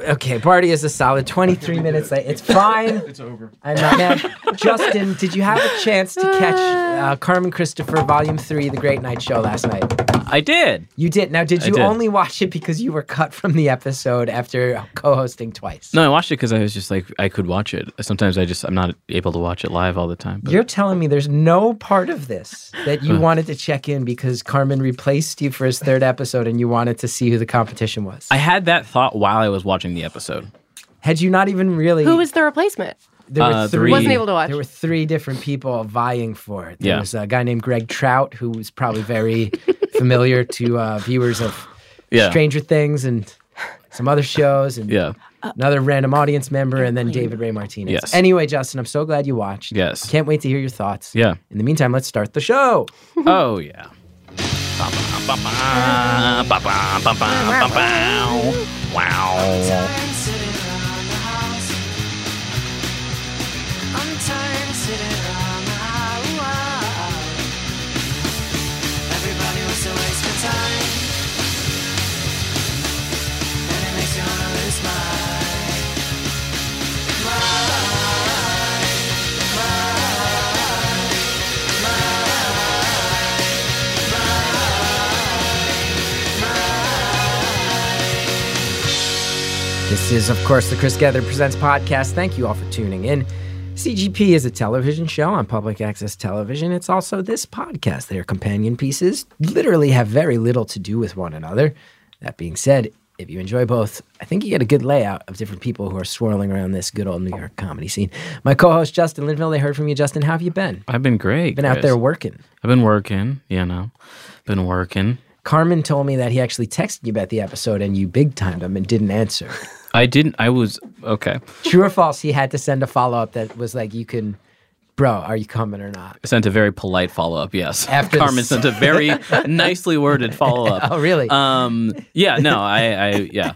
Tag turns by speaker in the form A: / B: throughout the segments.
A: Okay, Barty is a solid 23 minutes late. It's fine. It's over. I'm not mad. Justin, did you have a chance to catch uh, Carmen Christopher Volume 3, The Great Night Show last night?
B: I did.
A: You did. Now, did
B: I
A: you
B: did.
A: only watch it because you were cut from the episode after co hosting twice?
B: No, I watched it because I was just like I could watch it. Sometimes I just I'm not able to watch it live all the time. But
A: You're telling me there's no part of this that
B: Hmm.
A: you wanted to check in because Carmen replaced you for his third episode and you wanted to see who the competition was.
B: I had that thought while I was watching the episode.
A: Had you not even really.
C: Who was the replacement?
A: There were
B: Uh,
A: three.
B: Wasn't
C: able to watch.
A: There were three different people vying for it. There
B: Yeah.
A: was a guy named Greg Trout who was probably very familiar to uh, viewers of
B: Yeah.
A: Stranger Things and some other shows, and
B: Yeah.
A: another random audience member, and then David Ray Martinez.
B: Yes.
A: Anyway, Justin, I'm so glad you watched.
B: Yes.
A: Can't wait to hear your thoughts.
B: Yeah.
A: In the meantime, let's start the show.
B: oh yeah. Ba-ba-ba-ba, ba-ba-ba-ba, Wow.
A: This is, of course, the Chris Gether Presents podcast. Thank you all for tuning in. CGP is a television show on public access television. It's also this podcast. Their companion pieces literally have very little to do with one another. That being said, if you enjoy both, I think you get a good layout of different people who are swirling around this good old New York comedy scene. My co host, Justin Linville, they heard from you. Justin, how have you been?
B: I've been great.
A: Been out
B: Chris.
A: there working.
B: I've been working. You know, been working.
A: Carmen told me that he actually texted you about the episode and you big timed him and didn't answer.
B: I didn't. I was okay.
A: True or false? He had to send a follow up that was like, "You can, bro, are you coming or not?"
B: I sent a very polite follow up. Yes.
A: After the-
B: Carmen sent a very nicely worded follow up.
A: Oh, really?
B: Um. Yeah. No. I. I. Yeah.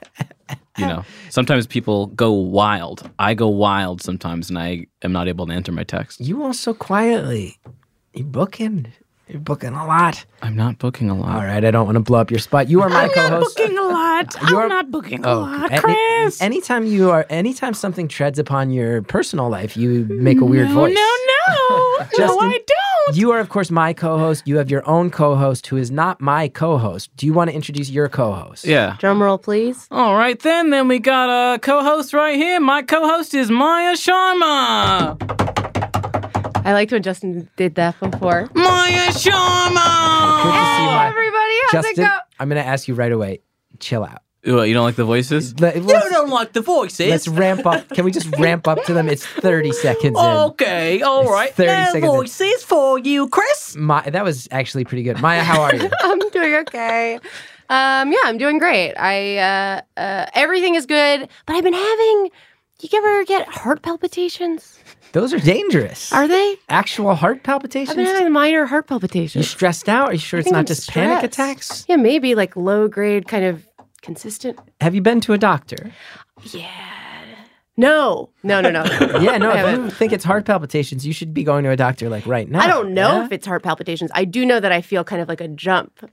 B: You know. Sometimes people go wild. I go wild sometimes, and I am not able to enter my text.
A: you also quietly, you booking, you're booking a lot.
B: I'm not booking a lot.
A: All right, I don't want to blow up your spot. You are my co-host.
B: a lot.
A: You are-
B: booking
A: Oh, any- anytime you are, anytime something treads upon your personal life, you make a weird voice.
B: no.
A: Justin, don't. You are, of course, my co-host. You have your own co-host who is not my co-host. Do you want to introduce your co-host?
B: Yeah.
C: Drum roll, please.
B: All right, then. Then we got a co-host right here. My co-host is Maya Sharma.
C: I liked when Justin did that before.
B: Maya
A: Good to
B: Sharma.
A: see you,
C: Hey,
A: Maya.
C: everybody, how's
A: Justin,
C: it go?
A: I'm going to ask you right away. Chill out.
B: What, you don't like the voices?
A: Let- let's-
B: like the
A: Let's
B: voices.
A: ramp up. Can we just ramp up to them? It's 30 seconds
B: Okay, all
A: It's
B: right.
A: 30
B: Now
A: seconds in.
B: voices for you, Chris.
A: in. My, that was actually pretty good. Maya, how are you?
C: I'm doing okay. Um, yeah, I'm doing great. I uh, uh, everything is good, but I've been having. You ever get heart palpitations?
A: Those are dangerous.
C: Are they?
A: actual heart
C: I've been
A: palpitations?
C: having minor heart
A: You
C: palpitations.
A: stressed out? Are you sure
C: I
A: it's
C: think
A: not
C: I'm
A: just panic
C: stressed.
A: attacks?
C: Yeah, maybe like low grade, kind of consistent.
A: Have you been to a doctor?
C: No, no, no, no.
A: Yeah, no.
C: I
A: If
C: haven't.
A: you think it's heart palpitations, you should be going to a doctor like right now.
C: I don't know
A: Yeah?
C: if it's heart palpitations. I do know that I feel kind of like a jump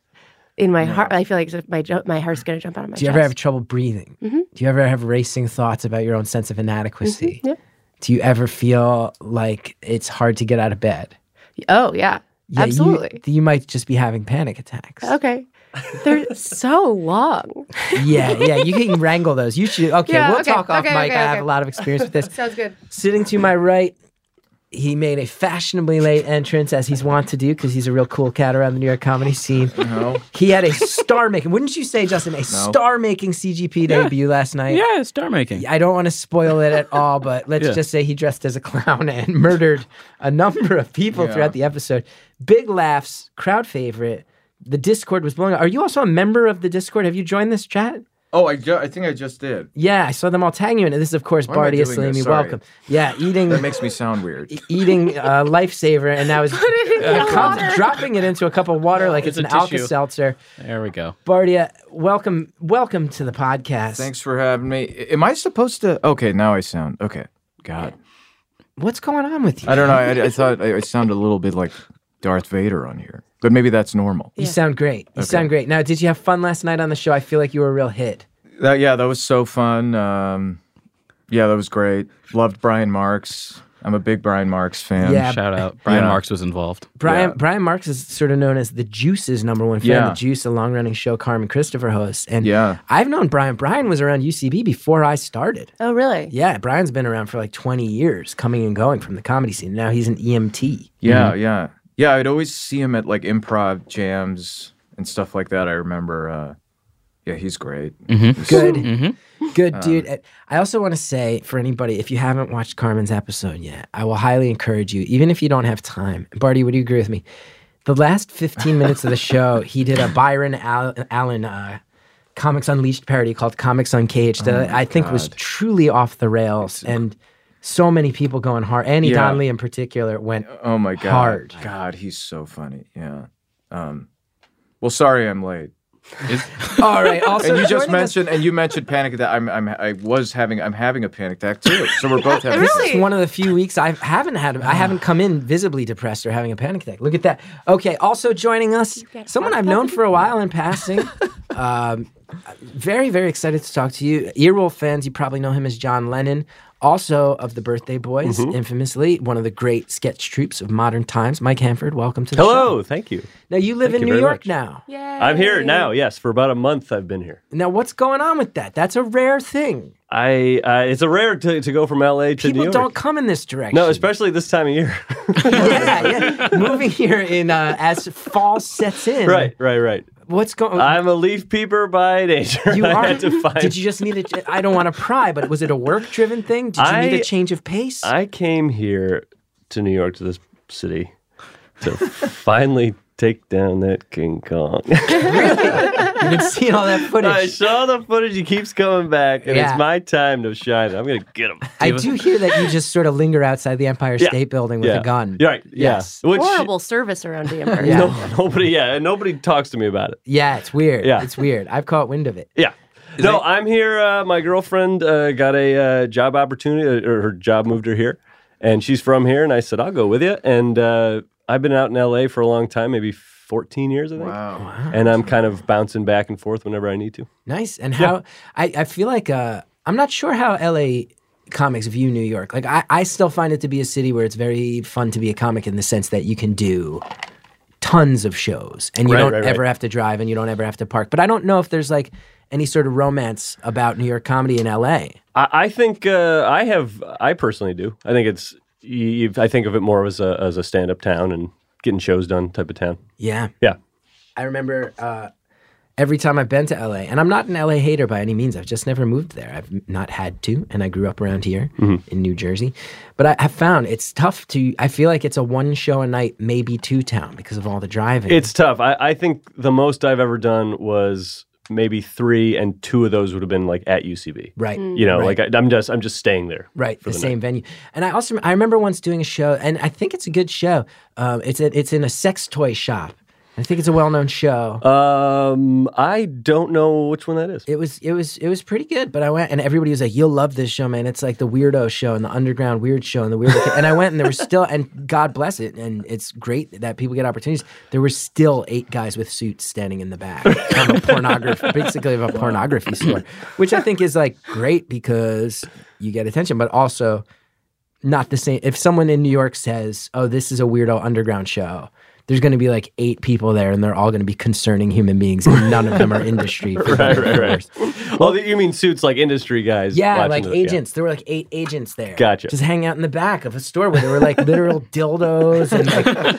C: in my heart. I feel like my ju- my heart's going to jump out of my
A: Do you
C: chest.
A: ever have trouble breathing?
C: Mm-hmm.
A: Do you ever have racing thoughts about your own sense of inadequacy?
C: yeah.
A: Do you ever feel like it's hard to get out of bed?
C: oh yeah,
A: Yeah, you-
C: absolutely.
A: You, might just be having panic attacks.
C: Okay. They're so long.
A: yeah, yeah. You can wrangle those. You should. Okay,
C: Yeah,
A: we'll
C: okay,
A: talk off
C: okay,
A: mic.
C: okay,
A: I have
C: okay.
A: a lot of experience with this.
C: Sounds good.
A: Sitting to my right, he made a fashionably late entrance, as he's wont to do, because he's a real cool cat around the New York comedy scene.
D: No.
A: He had a star making, wouldn't you say, Justin, a star making CGP debut last night?
B: Yeah, star making.
A: I don't want to spoil it at all, but let's
B: Yeah.
A: just say he dressed as a clown and murdered a number of people
D: Yeah.
A: throughout the episode. Big laughs, crowd favorite. The Discord was blowing up. Are you also a member of the Discord? Have you joined this chat?
D: Oh, I, ju- I think I just did.
A: Yeah, I saw them all tagging you in it. This is, of course,
D: Why am I
A: Bardia
D: doing this?
A: Salimi.
D: Sorry.
A: Welcome. Yeah, eating
D: That makes me sound weird.
A: eating uh, lifesaver, and now is uh, cup- dropping it into a cup of water like it's,
B: It's
A: an
B: a tissue.
A: Alka Seltzer.
B: There we go.
A: Bardia, welcome, welcome to the podcast.
D: Thanks for having me. I- Am I supposed to? Okay, now I sound okay. God,
A: What's going on with you?
D: I don't know. I, I thought I, I sound a little bit like Darth Vader on here, but maybe that's normal.
A: You sound great. You sound great. Now, did you have fun last night on the show? I feel like you were a real hit.
D: That, yeah, that was so fun. Um, yeah, that was great. Loved Brian Marks. I'm a big Brian Marks fan.
A: Yeah.
B: Shout out. Brian
D: Yeah.
B: Marks was involved.
A: Brian
D: Yeah.
A: Brian Marks is sort of known as the Juice's number one fan.
D: Yeah.
A: The Juice, a long running show Carmen Christopher hosts, and
D: Yeah.
A: I've known Brian. Brian was around UCB before I started.
C: Oh, really?
A: Yeah, Brian's been around for like 20 years, coming and going from the comedy scene. Now he's an E EMT.
D: Yeah, yeah. Yeah, I'd always see him at like improv jams and stuff like that. I remember. Uh, yeah, he's great.
B: Mm-hmm.
D: He's-
A: Good,
D: Um,
A: good dude. And I also want to say for anybody, if you haven't watched Carmen's episode yet, I will highly encourage you, even if you don't have time. Barty, would you agree with me? The last 15 minutes of the show, he did a Byron Al- Allen uh, Comics Unleashed parody called Comics Uncaged that I think was truly off the rails. And so many people going hard. Annie
D: Yeah.
A: Donnelly in particular went
D: Oh my god.
A: Hard.
D: God, he's so funny. Yeah. Um, well, sorry I'm late.
A: All right. Also,
D: And you just
A: joining us-
D: mentioned and you mentioned panic attack. I'm, I'm I was having I'm having a panic attack too. So we're both having
A: This is
C: Really?
A: one of the few weeks I haven't had. I haven't come in visibly depressed or having a panic attack. Look at that. Okay. Also joining us, someone I've known for a while in passing. um, very, very excited to talk to you. Earwolf fans, you probably know him as John Lennon, also of the Birthday Boys,
E: Mm-hmm.
A: infamously one of the great sketch troupes of modern times. Mike Hanford, welcome to the show.
E: Hello, thank you.
A: Now you live
E: Thank
A: in
E: you
A: New
E: very
A: York
E: much.
A: now.
E: I'm here now. Yes, for about a month I've been here.
A: Now what's going on with that? That's a rare thing.
E: I uh, it's a rare to, to go from LA to New
A: People
E: York.
A: don't come in this direction.
E: no, especially this time of year.
A: yeah, yeah. Moving here in uh, as fall sets in.
E: right, right, right.
A: What's going?
E: I'm a leaf peeper by nature.
A: you
E: I
A: are.
E: had to find.
A: Did you just need a? ch- I don't want to pry, but was it a work-driven thing? Did you need
E: I-
A: a change of pace?
E: I came here to New York to this city to finally take down that King Kong.
A: You've been seeing all that
E: I
A: footage.
E: saw the footage. He keeps coming back, and
A: Yeah.
E: it's my time to shine. I'm gonna get him.
A: I do hear that you just sort of linger outside the Empire
E: Yeah.
A: State Building with
E: yeah.
A: a gun.
E: Right. Yeah.
A: Yes.
E: Which
C: Horrible service around Denver.
A: Yeah.
E: no, nobody. Yeah, and nobody talks to me about it.
A: Yeah, it's weird.
E: Yeah.
A: It's weird. I've caught wind of it.
E: Yeah. no, I'm here. Uh, my girlfriend uh, got a uh, job opportunity, or her job moved her here, and she's from here. And I said, I'll go with you. And uh, I've been out in LA for a long time, maybe 14 years, I think.
D: Wow.
E: And I'm kind of bouncing back and forth whenever I need to.
A: Nice. And how I, I feel like uh, I'm not sure how LA comics view New York. Like I, I still find it to be a city where it's very fun to be a comic in the sense that you can do tons of shows and you
E: Right,
A: don't
E: right, right.
A: ever have to drive and you don't ever have to park. But I don't know if there's like any sort of romance about New York comedy in LA.
E: I, I think uh, I have. I personally do. I think it's. You, you- I think of it more as a as a stand up town and getting shows done type of town.
A: Yeah.
E: Yeah.
A: I remember uh, every time I've been to LA, and I'm not an LA hater by any means. I've just never moved there. I've not had to, and I grew up around here in New Jersey. But I have found it's tough to. I feel like it's a one show a night, maybe two town because of all the driving.
E: It's tough. I, I think the most I've ever done was maybe three, and two of those would have been like at UCB.
A: right.
E: you know
A: Right.
E: like I, i'm just i'm just staying there
A: Right, the, same venue, and I also I remember once doing a show, and I think it's a good show. Um, it's a, it's in a sex toy shop. I think it's a well known show.
E: um i don't know which one that is
A: it was it was it was pretty good but i went and everybody was like you'll love this show man it's like the weirdo show and the underground weird show and the weird and i went and there were still and god bless it and it's great that people get opportunities there were still eight guys with suits standing in the back of a pornography basically of a pornography store which i think is like great because you get attention but also not the same if someone in new york says oh this is a weirdo underground show there's going to be like eight people there, and they're all going to be concerning human beings, and none of them are industry. for
E: Right,
A: better or
E: right,
A: worse.
E: right. Well, you mean suits like industry guys?
A: Yeah,
E: watching
A: like
E: the-
A: agents. There were like eight agents there.
E: Gotcha.
A: Just hang out in the back of a store where there were like literal dildos and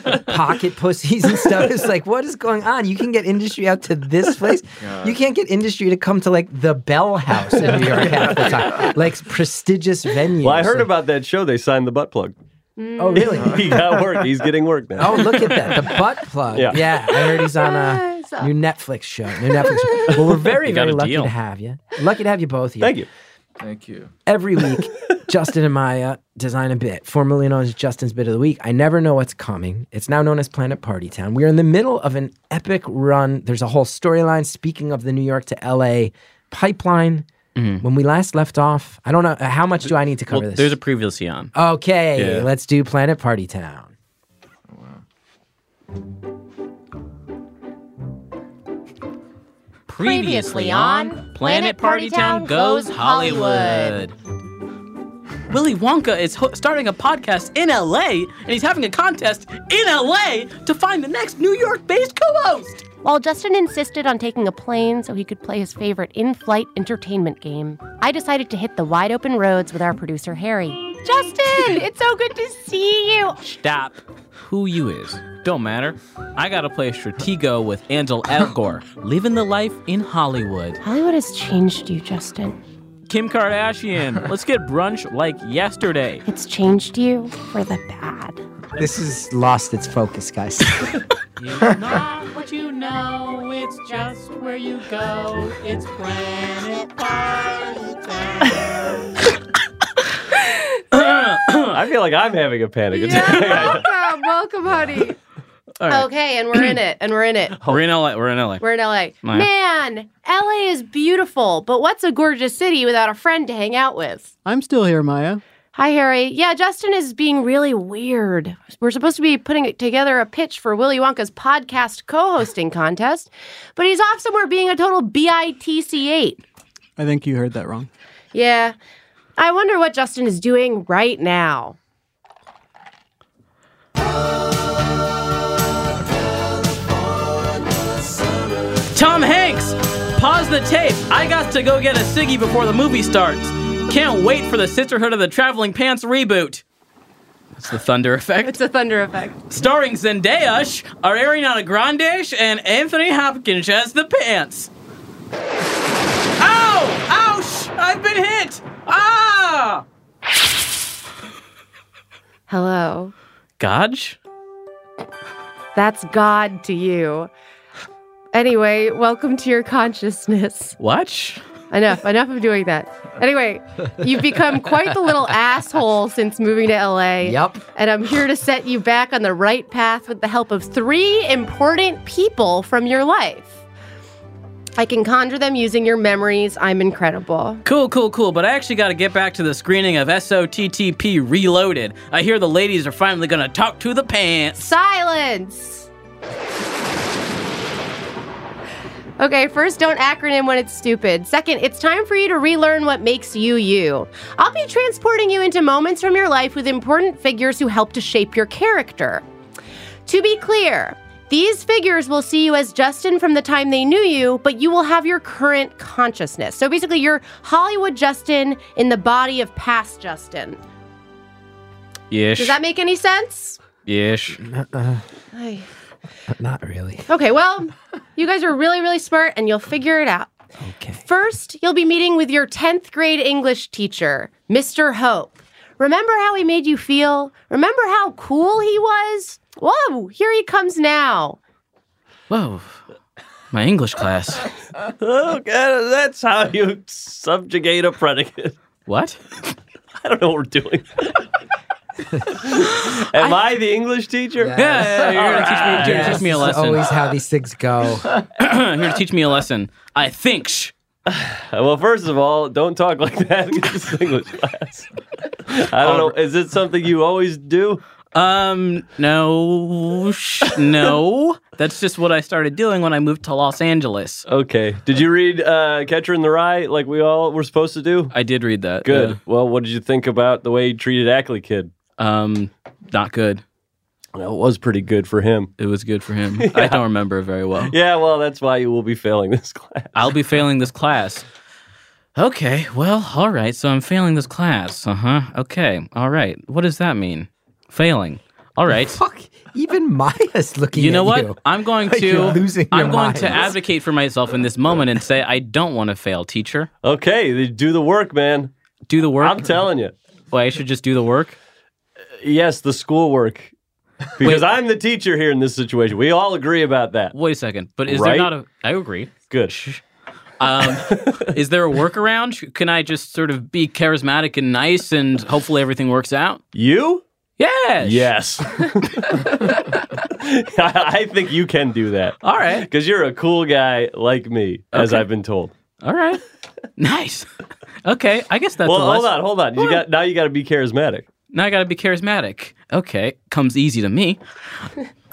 A: like pocket pussies and stuff. It's like, what is going on? You can get industry out to this place. You can't get industry to come to like the Bell House in New York half the time. Like prestigious venues.
E: Yeah. Well, I heard
A: Like,
E: about that show. They signed the butt plug.
A: Oh, really?
E: he got work. He's getting work now.
A: Oh, look at that. The butt plug. Yeah.
E: Yeah.
A: I heard he's on a new Netflix show. New Netflix show. Well, we're very,
B: You got
A: very
B: a
A: lucky
B: deal.
A: to have you. Lucky to have you both here.
E: Thank you.
D: Thank you.
A: every week, Justin and Maya design a bit, formerly known as Justin's Bit of the Week. I never know what's coming. It's now known as Planet Party Town. We are in the middle of an epic run. There's a whole storyline. Speaking of the New York to LA pipeline, when we last left off, I don't know uh, how much do I need to cover
B: Mm-hmm. Well,
A: this.
B: there's a previously on.
A: okay,
B: Yeah.
A: let's do Planet Party Town.
C: Previously on Planet Party Town Goes Hollywood.
B: Willy Wonka is ho- starting a podcast in LA, and he's having a contest in LA to find the next New York based co host.
C: While Justin insisted on taking a plane so he could play his favorite in flight entertainment game, I decided to hit the wide open roads with our producer, Harry. Justin, it's so good to see you.
B: Stop. Who you is. Don't matter. I gotta play Stratego with Angel Elgore, living the life in Hollywood.
C: Hollywood has changed you, Justin.
B: Kim Kardashian, let's get brunch like yesterday.
C: It's changed you for the bad.
F: This is lost its focus, guys.
B: You know what you know, it's just where you go. It's Planet
E: I feel like I'm having a panic attack.
C: Yeah, welcome, welcome, honey. Okay, and we're in it, and we're in it.
B: We're in LA. We're in LA.
C: We're in LA.
B: Maya.
C: Man, LA is beautiful, but what's a gorgeous city without a friend to hang out with?
F: I'm still here, Maya.
C: Hi, Harry. Yeah, Justin is being really weird. We're supposed to be putting together a pitch for Willy Wonka's podcast co hosting contest, but he's off somewhere being a total BITC8.
F: I think you heard that wrong.
C: Yeah. I wonder what Justin is doing right now.
B: Tom Hanks, pause the tape. I got to go get a ciggy before the movie starts. Can't wait for the Sisterhood of the Traveling Pants reboot. That's the thunder effect.
C: It's a thunder effect.
B: Starring Zendaya, sh- or Ariana Grande, sh- and Anthony Hopkins as the pants. Ow! Ouch! I've been hit! Ah!
C: Hello.
B: Godge?
C: That's God to you. Anyway, welcome to your consciousness.
B: What?
C: Enough, enough of doing that. Anyway, you've become quite the little asshole since moving to LA.
A: Yep.
C: And I'm here to set you back on the right path with the help of three important people from your life. I can conjure them using your memories. I'm incredible.
B: Cool, cool, cool. But I actually got to get back to the screening of SOTTP Reloaded. I hear the ladies are finally going to talk to the pants.
C: Silence! Okay, first, don't acronym when it's stupid. Second, it's time for you to relearn what makes you you. I'll be transporting you into moments from your life with important figures who help to shape your character. To be clear, these figures will see you as Justin from the time they knew you, but you will have your current consciousness. So basically, you're Hollywood Justin in the body of past Justin.
B: Yes.
C: Does that make any sense?
B: Yes.
C: Ay.
A: uh, Not really.
C: Okay, well, you guys are really, really smart and you'll figure it out.
A: Okay.
C: First, you'll be meeting with your 10th grade English teacher, Mr. Hope. Remember how he made you feel? Remember how cool he was? Whoa, here he comes now.
B: Whoa. My English class.
E: Oh, God, that's how you subjugate a predicate.
B: What?
E: I don't know what we're doing. Am I, the English teacher?
B: Yeah, yeah, yeah, you're gonna teach me- you're gonna
A: Yeah,
B: teach me, a
A: this is
B: lesson.
A: Always how these things go.
B: you're gonna teach me a lesson. I think. Shh.
E: Uh, Well, first of all, don't talk like that. in this English class. I don't know. Is it something you always do?
B: Um, no, sh- no. That's just what I started doing when I moved to Los Angeles.
E: Okay. Did you read uh, Catcher in the Rye like we all were supposed to do?
B: I did read that.
E: Good.
B: yeah.
E: Well, what did you think about the way he treated Ackley Kid?
B: Um, not good.
E: That was pretty good for him.
B: It was good for him. I don't remember it very well.
E: Yeah, well, that's why you will be failing this class.
B: I'll be failing this class. Okay, well, all right. So I'm failing this class. Uh huh. Okay, all right. What does that mean? Failing. All right.
A: Fuck, even Maya's looking.
B: You know
A: at
B: what?
A: You.
B: I'm going
A: Like
B: to
A: you're losing
B: I'm
A: your
B: going to
A: minds.
B: advocate for myself in this moment and say I don't want to fail, teacher.
E: Okay, they do the work, man.
B: Do the work.
E: I'm telling you. Uh,
B: Well, I should just do the work.
E: Yes, the schoolwork. Because I'm the teacher here in this situation. We all agree about that.
B: Wait a second. But is there
E: Right?
B: not a? I agree.
E: Good.
B: Um, is there a workaround? Can I just sort of be charismatic and nice, and hopefully everything works out?
E: You?
B: Yes.
E: Yes. I I think you can do that.
B: All right.
E: Because you're a cool guy like me, as I've been told.
B: All right. nice. Okay. I guess that's
E: Well,
B: a
E: hold
B: lesson.
E: on, hold on. You got now. You got to be charismatic.
B: Now I gotta be charismatic. Okay, comes easy to me.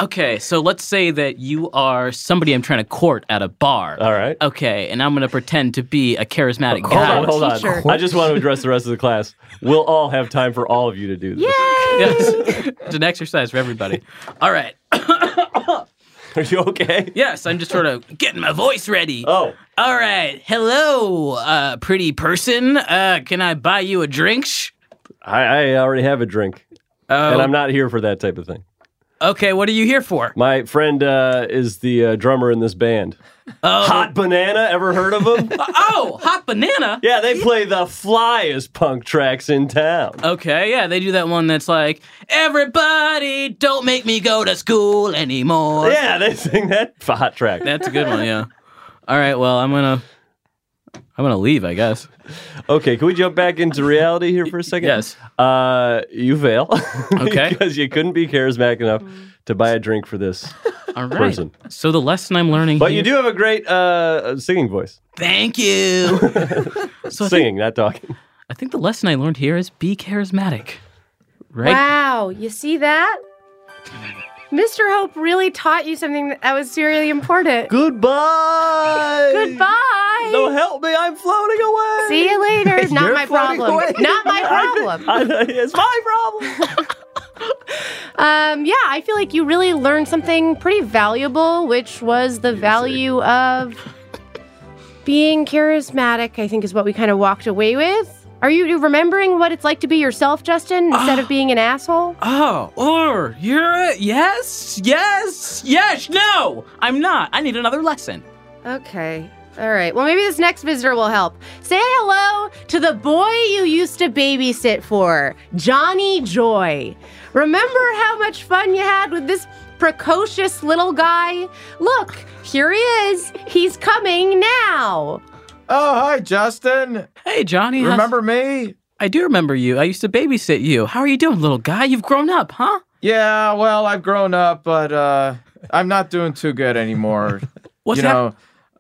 B: Okay, so let's say that you are somebody I'm trying to court at a bar.
E: All right.
B: Okay, and I'm gonna pretend to be a charismatic
E: Hold
B: guy.
E: on, hold on.
C: teacher.
E: I just want to address the rest of the class. We'll all have time for all of you to do this.
B: Yes. it's an exercise for everybody. All right.
E: Are you okay?
B: Yes, I'm just sort of getting my voice ready.
E: Oh,
B: All right. Hello, uh, pretty person. Uh, can I buy you a drink? Shh.
E: I, I already have a drink,
B: Oh,
E: and I'm not here for that type of thing.
B: okay, what are you here for?
E: My friend uh, is the uh, drummer in this band. Hot Banana. Ever heard of them?
B: Oh, hot banana.
E: yeah, they play the flyest punk tracks in town.
B: Okay, yeah, they do that one that's like, everybody, don't make me go to school anymore.
E: Yeah, they sing that hot track.
B: That's a good one, yeah. All right, well, I'm gonna, I'm gonna leave, I guess.
E: Okay, can we jump back into reality here for a second?
B: Yes.
E: Uh, you fail.
B: Okay.
E: because you couldn't be charismatic enough
C: Mm.
E: to buy a drink for this.
B: All right.
E: Person.
B: So the lesson I'm learning,
E: But
B: here-
E: you do have a great uh, singing voice.
B: Thank you. so I think,
E: Singing, not talking.
B: I think the lesson I learned here is be charismatic, right?
C: Wow, you see that? Mr. Hope really taught you something that was really important.
E: Goodbye.
C: Goodbye.
E: No, help me! I'm floating away.
C: See you later. It's not
A: You're
C: my
A: floating
C: problem.
A: away.
C: Not my problem.
E: I- it's my problem.
C: Um, yeah, I feel like you really learned something pretty valuable, which was the value of being charismatic, I think is what we kind of walked away with. Are you you remembering what it's like to be yourself, Justin, instead of being an asshole?
B: Oh, or you're a, yes, yes, yes. No, I'm not. I need another lesson.
C: Okay. All right. Well, maybe this next visitor will help. Say hello to the boy you used to babysit for, Johnny Joy. Remember how much fun you had with this precocious little guy? Look, here he is. He's coming now.
D: Oh, hi, Justin.
B: Hey, Johnny. how's-
D: Remember me?
B: I do remember you. I used to babysit you. How are you doing, little guy? You've grown up, huh?
D: Yeah, well, I've grown up, but uh, I'm not doing too good anymore.
B: What's
D: you know,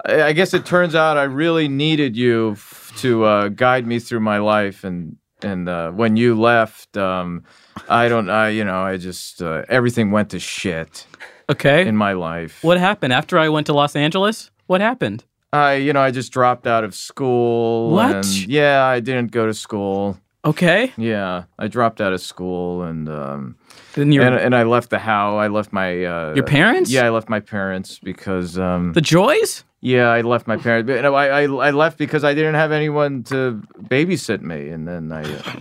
D: I I guess it turns out I really needed you f- to uh, guide me through my life, and and uh, when you left, um, I don't, I you know, I just uh, everything went to shit
B: Okay.
D: in my life.
B: what happened after I went to Los Angeles? What happened?
D: I you know I just dropped out of school.
B: What?
D: and- yeah, I didn't go to school.
B: Okay.
D: Yeah, I dropped out of school and um,
B: Then your
D: and, and I left the how I left my uh,
B: your parents?
D: Yeah, I left my parents because um,
B: The Joys?
D: yeah, I left my parents. But, you know, I, I I left because I didn't have anyone to babysit me, and then I uh,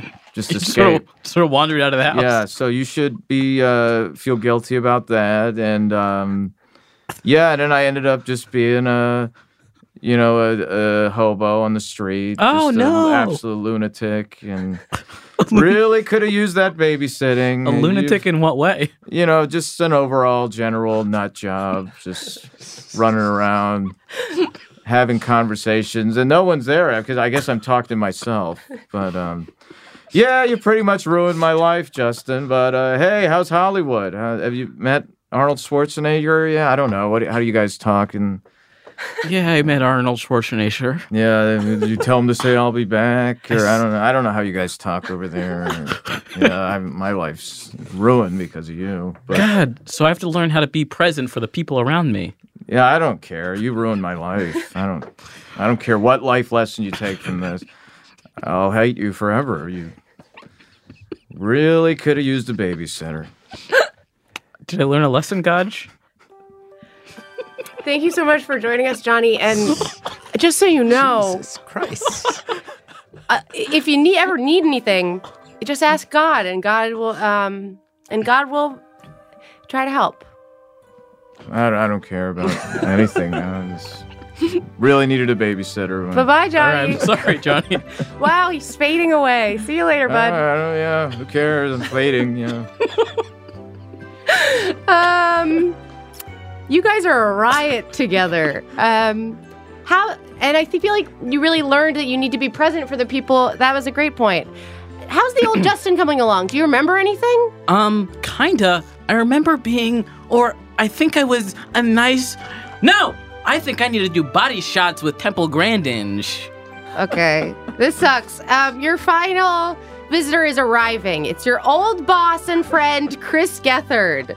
D: just
B: You Sort of,
D: escaped.
B: sort of wandered out of the house.
D: Yeah, so you should be uh, feel guilty about that, and um, yeah, and then I ended up just being a you know a, a hobo on the street.
B: Oh,
D: just a
B: no.
D: absolute lunatic, and really could have used that babysitting.
B: A
D: Mm, You-
B: lunatic in what way?
D: you know, just an overall general nut job, just running around, having conversations, and no one's there because I guess I'm talking to myself. But um, yeah, you pretty much ruined my life, Justin. But uh, hey, how's Hollywood? Uh, have you met Arnold Schwarzenegger? Yeah, I don't know. What? How do you guys talk? And
B: Yeah, I met Arnold Schwarzenegger.
D: yeah, you tell him to say I'll be back, or I don't know. I don't know how you guys talk over there. yeah, I'm, my life's ruined because of you. But
B: God, so I have to learn how to be present for the people around me.
D: Yeah, I don't care. You ruined my life. I don't I don't care what life lesson you take from this. I'll hate you forever. You really could have used a babysitter.
B: Did I learn a lesson, Godge?
C: Thank you so much for joining us, Johnny. And just so you know,
A: Christ.
C: uh, if you need, ever need anything, just ask God, and God will um, and God will try to help.
D: I, don't- I don't care about anything. I just really needed a babysitter. when-
C: Bye bye,
B: All
C: Johnny.
B: right, I'm sorry, Johnny.
C: Wow, he's fading away. See you later,
D: Uh,
C: bud.
D: I, don't- yeah, who cares? I'm fading. Yeah.
C: Um, you guys are a riot together. Um, how? And I feel like you really learned that you need to be present for the people. That was a great point. How's the old Justin coming along? Do you remember anything?
B: Um, kinda. I remember being, or I think I was a nice. No! I think I need to do body shots with Temple Grandinge.
C: Okay, this sucks. Um, your final visitor is arriving. It's your old boss and friend, Chris Gethard.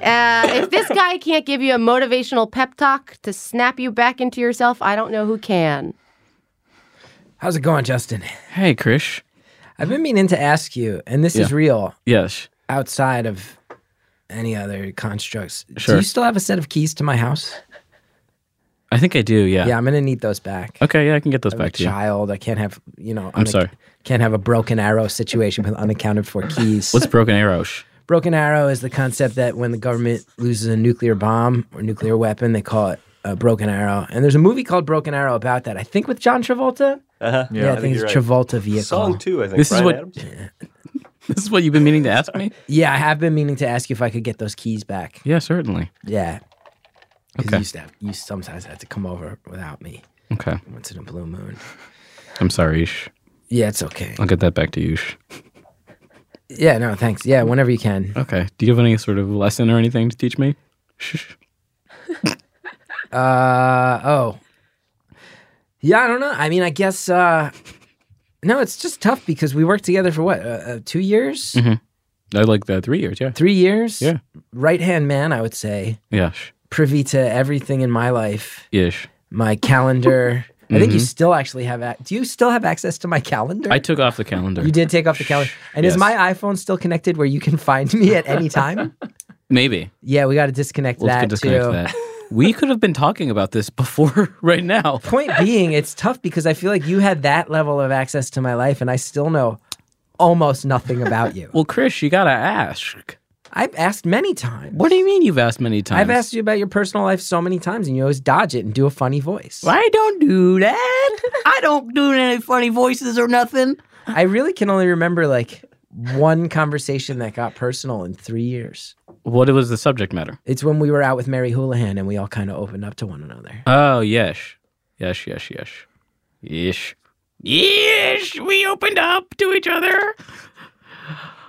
C: Uh, if this guy can't give you a motivational pep talk to snap you back into yourself, I don't know who can.
A: How's it going, Justin?
B: Hey, Krish.
A: I've been meaning to ask you, and this is real
B: Yes.
A: outside of any other constructs.
B: Sure.
A: Do you still have a set of keys to my house?
B: I think I do,
A: Yeah, I'm gonna need those back.
B: Okay, yeah, I can get those
A: I'm a child. I can't have you know. I'm
B: sorry.
A: Can't have a broken arrow situation with unaccounted for keys.
B: Broken Arrows?
A: Broken arrow is the concept that when the government loses a nuclear bomb or nuclear weapon, they call it a broken arrow. And there's a movie called Broken Arrow about that. I think with John Travolta.
E: Uh-huh.
A: Yeah, I, think,
E: you're
A: it's
E: right.
A: Travolta vehicle.
E: Song two, I think.
B: This is
E: Bryan
B: what-
E: Adams?
B: This is what you've been meaning to ask me?
A: Yeah, I have been meaning to ask you if I could get those keys back.
B: yeah, certainly.
A: Yeah. Because
B: Okay.
A: you used to have, you sometimes had to come over without me
B: Okay.
A: once in a blue moon.
B: I'm sorry, Ish.
A: Yeah, it's okay.
B: I'll get that back to you. Ish.
A: Yeah, no, thanks. Yeah, whenever you can.
B: Okay. Do you have any sort of lesson or anything to teach me? Shh.
A: Uh oh. Yeah, I don't know. I mean, I guess uh no, it's just tough because we worked together for what? Uh, uh, 2 years?
B: I like the three years, yeah.
A: 3 years?
B: Yeah.
A: Right-hand man, I would say.
B: Yeah. sh-
A: Privy to everything in my life.
B: Ish.
A: My calendar. I think you still actually have ac Do you still have access to my calendar?
B: Mm-hmm. I took off the calendar.
A: You did take off the calendar. And is
B: Yes.
A: my iPhone still connected where you can find me at any time?
B: Maybe.
A: yeah, we got to disconnect
B: We'll
A: that
B: disconnect
A: too.
B: that. We could have been talking about this before right now.
A: Point being, it's tough because I feel like you had that level of access to my life and I still know almost nothing about you.
B: Well, Chris, you gotta ask.
A: I've asked many times.
B: What do you mean you've asked many times?
A: I've asked you about your personal life so many times and you always dodge it and do a funny voice.
B: I don't do that. I don't do any funny voices or nothing.
A: I really can only remember like one conversation that got personal in three years.
B: What was the subject matter?
A: It's when we were out with Mary Houlihan and we all kind of opened up to one another.
B: Oh, yes. Yes, yes, yes. Yes. Yes, we opened up to each other.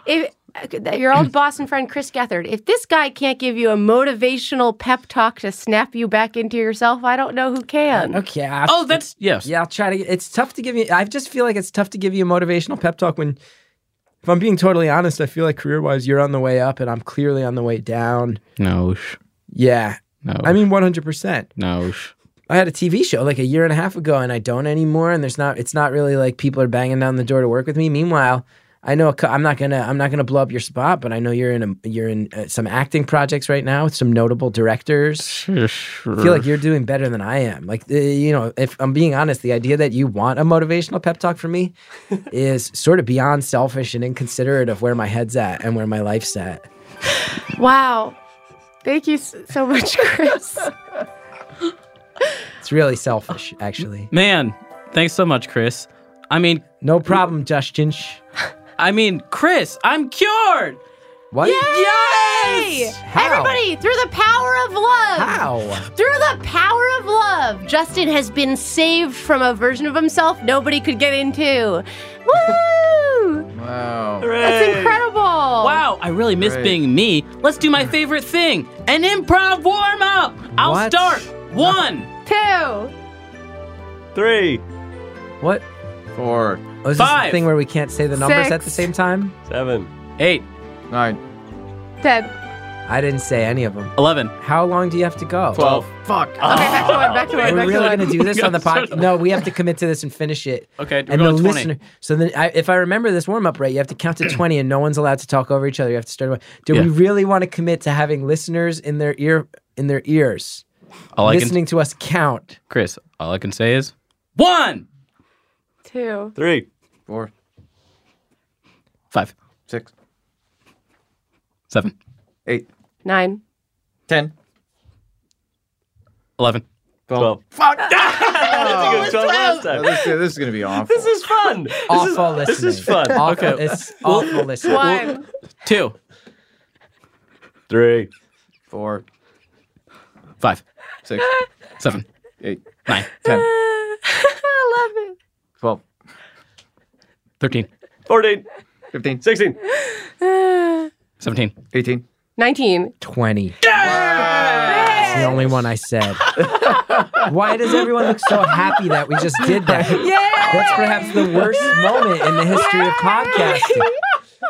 C: If uh, your old boss and friend Chris Gethard, if this guy can't give you a motivational pep talk to snap you back into yourself, I don't know who can.
A: Uh, Okay. I'll-
B: Oh, that's yes.
A: Yeah, I'll try to. It's tough to give you. I just feel like it's tough to give you a motivational pep talk when, if I'm being totally honest, I feel like career wise, you're on the way up and I'm clearly on the way down.
B: No, sh-
A: Yeah.
B: no.
A: I mean, 100%.
B: no. sh-
A: I had a TV show like a year and a half ago and I don't anymore. And there's not, it's not really like people are banging down the door to work with me. Meanwhile, I know a cou- I'm not gonna I'm not gonna blow up your spot, but I know you're in a, you're in uh, some acting projects right now with some notable directors. I feel like you're doing better than I am. Like, uh, you know, if I'm being honest, the idea that you want a motivational pep talk from me is sort of beyond selfish and inconsiderate of where my head's at and where my life's at.
C: Wow. Thank you s- so much, Chris.
A: It's really selfish, actually.
B: Man, thanks so much, Chris. I mean,
A: No problem, Justin. Shh.
B: I mean, Chris, I'm cured.
A: What?
B: Yes!
A: How?
C: Everybody, through the power of love.
A: How?
C: Through the power of love, Justin has been saved from a version of himself nobody could get into. Woo!
D: Wow.
C: That's incredible.
B: Wow, I really miss
D: Great.
B: being me. Let's do my favorite thing an improv warm up. I'll
A: What?
B: start. One,
C: Two.
E: Three,
A: What?
D: Four.
A: Oh, is this the
B: Five.
A: thing where we can't say the numbers at the
C: Six.
A: same time?
E: seven,
B: eight,
D: Nine.
C: Ten.
A: I didn't say any of them.
B: 11.
A: How long do you have to go?
D: Twelve.
B: Fuck.
C: Okay, back to one, back to
A: Are
C: one,
A: we
C: back
A: really
C: to
A: going to
C: one.
A: do this on the
B: Sorry.
A: podcast? No, we have to commit to this and finish it.
B: Okay, we're
A: and the
B: going 20.
A: listener. So then, I, if I remember this warm up right, you have to count to twenty, and no one's allowed to talk over each other. You have to start. Do we
B: Yeah.
A: really want to commit to having listeners in their ear in their ears,
B: All I can,
A: listening to us count?
B: Chris, all I can say is one,
C: Two.
E: Three.
D: Four,
B: five,
D: six,
B: seven,
D: eight,
C: Nine.
D: ten,
B: 11.
D: twelve.
E: Twelve. Fuck! That's a good 12 last
D: Oh,
E: time.
D: this, this is going to be awful.
E: This is fun. This is,
A: awful listening.
E: this is fun.
A: Awful, It's awful listening.
C: One.
B: Two,
E: Three.
D: Four,
B: five,
D: six,
B: seven,
D: eight,
B: nine,
D: ten,
C: I love it.
D: twelve,
B: 13,
E: 14.
D: fifteen,
E: 16.
B: 17.
D: eighteen.
C: 19.
A: Twenty. That's the only one I said. Why does everyone look so happy that we just did that? That's perhaps the worst moment in the history of podcasting.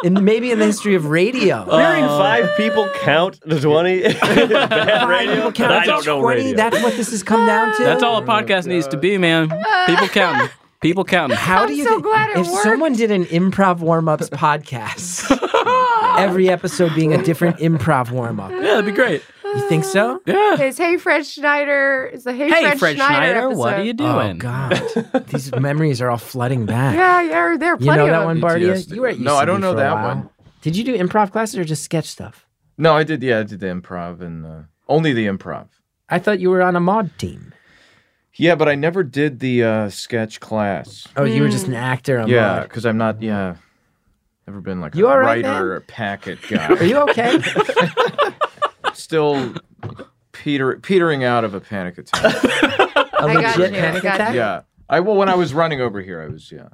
A: And maybe in the history of radio.
E: Hearing
B: Uh,
E: five people count to 20 is bad radio.
A: People count
E: but I
A: to
E: don't know
A: 20,
E: radio.
A: That's what this has come down to.
B: That's all a podcast needs to be, man. People counting. People counting.
A: How do you?
C: so
A: think-
C: glad it
A: if someone did an improv warm ups podcast, every episode being a different improv warm up,
B: Yeah, that'd be great.
A: you think so?
B: Yeah.
C: It's Hey Fred Schneider. It's the Hey,
B: Hey,
C: Fred,
B: Fred
C: Schneider.
B: Schneider, what are
C: episode.
B: you
A: Oh
B: doing?
A: God, these memories are all flooding back.
C: Yeah, yeah, there are
A: You
C: plenty
A: know
C: of
A: that one,
C: them.
A: Bardia?
D: PTSD.
A: You were at
D: No, I
A: UCB
D: don't know
A: for a
D: that
A: while.
D: one.
A: Did you do improv classes or just sketch stuff?
D: No, I did. Yeah, I did the improv and uh, only the improv.
A: I thought you were on a mod team.
D: Yeah, but I never did the uh, sketch class.
A: Oh, you were just an actor on
D: Yeah,
A: mod.
D: because I'm not. Yeah, never been like
A: You
D: a
A: all right,
D: writer
A: man?
D: or a packet
A: Are
D: guy.
A: you okay?
D: Still peter petering out of a panic attack.
A: A
C: I got
A: legit
C: you, I
A: panic
C: got
A: attack?
C: you.
D: yeah, I well when I was running over here, I was yeah.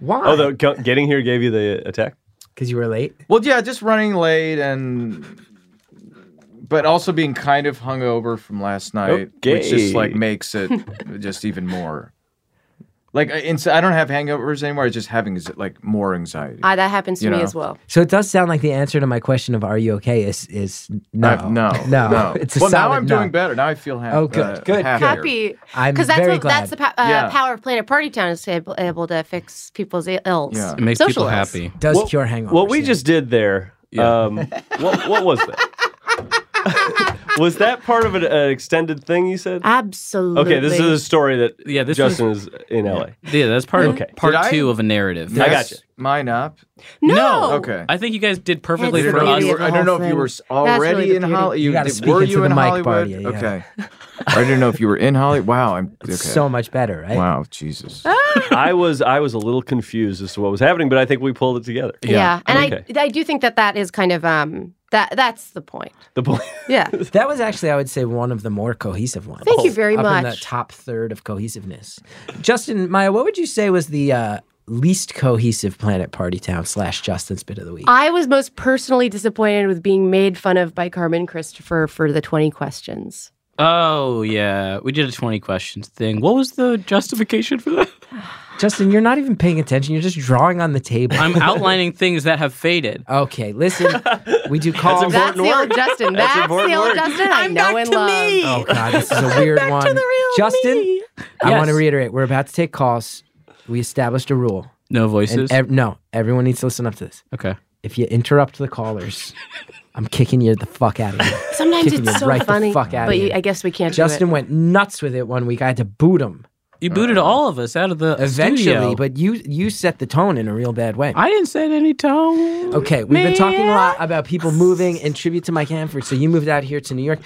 A: Why?
E: Oh, the, co- getting here gave you the attack?
A: Because you were late.
D: Well, yeah, just running late and but also being kind of hungover from last night, which
E: Okay.
D: just like makes it just even more. Like I, ins- I don't have hangovers anymore. It's just having anxi- like more anxiety.
C: Ah, that happens to
D: You
C: me
D: know.
C: as well.
A: So it does sound like the answer to my question of "Are you okay?" is is no,
D: I've- no,
A: no.
D: no,
A: It's a
D: well, now
A: solid
D: I'm
A: no.
D: doing better. Now I feel happy.
A: Oh, good, good, good.
C: Happy.
A: I'm
C: Because that's
A: very
C: what,
A: glad.
C: that's the pa- uh,
D: Yeah.
C: power of Planet Party Town is able, able to fix people's ills.
D: Yeah.
B: It makes
C: Social
B: people
C: ills.
B: happy.
A: Does
E: What-
A: cure hangovers?
E: What we
A: yeah.
E: just did there,
B: Yeah.
E: um, what, what was that? was that part of an, an extended thing you said?
C: Absolutely.
E: Okay, this is a story that
B: Yeah, this
E: Justin is in LA.
B: Yeah, that's part of
E: Okay.
B: part
D: Did I-
B: two of a narrative.
E: I got you.
D: Mine up.
C: No.
D: Okay.
B: I think you guys did perfectly
C: That's
B: for
C: the
B: us.
C: beauty
D: You
C: of
D: were- I don't know if you were s- already
C: really the
D: in
C: beauty.
D: Hollywood.
A: You gotta speak
D: were
A: into
D: you
A: the
D: in
A: mic,
D: Hollywood?
A: Bardia, yeah.
D: Okay. I didn't know if you were in Hollywood. Wow. I'm okay.
A: It's so much better, right?
D: Wow, Jesus.
C: Ah.
E: I was I was a little confused as to what was happening, but I think we pulled it together.
C: Yeah. And
E: Okay.
C: I, I do think that that is kind of, um, that that's the point.
E: The point.
C: Yeah.
A: That was actually, I would say, one of the more cohesive ones.
C: Thank you very
A: up In the
C: much.
A: top third of cohesiveness, Justin Maya, what would you say was the uh, least cohesive Planet Party Town slash Justin's bit of the week?
C: I was most personally disappointed with being made fun of by Carmen Christopher for the 20 questions.
B: Oh yeah, we did a twenty questions thing. What was the justification for that?
A: Justin, you're not even paying attention. You're just drawing on the table.
B: I'm outlining things that have faded.
A: okay, listen, we do calls.
C: That's the old Justin. That's, the
E: important
C: old
E: work.
C: Justin I know and love.
A: Oh God, this is a weird one. Justin, I
B: Yes.
A: want to reiterate: we're about to take calls. We established a rule,
B: No voices.
A: and ev- no, everyone needs to listen up to this.
B: okay.
A: If you interrupt the callers, I'm kicking you the fuck out of here.
C: Sometimes
A: Kicking
C: it's
A: you
C: so
A: right the
C: funny,
A: fuck outta
C: but you,
A: here.
C: I guess we can't
A: Justin
C: do
A: went nuts with it one week. I had to boot him
B: You booted all of us out of the
A: eventually,
B: studio.
A: but you you set the tone in a real bad way.
B: I didn't set any tone.
A: Okay, we've been talking a lot about people moving and tribute to Mike Hanford. So you moved out here to New York.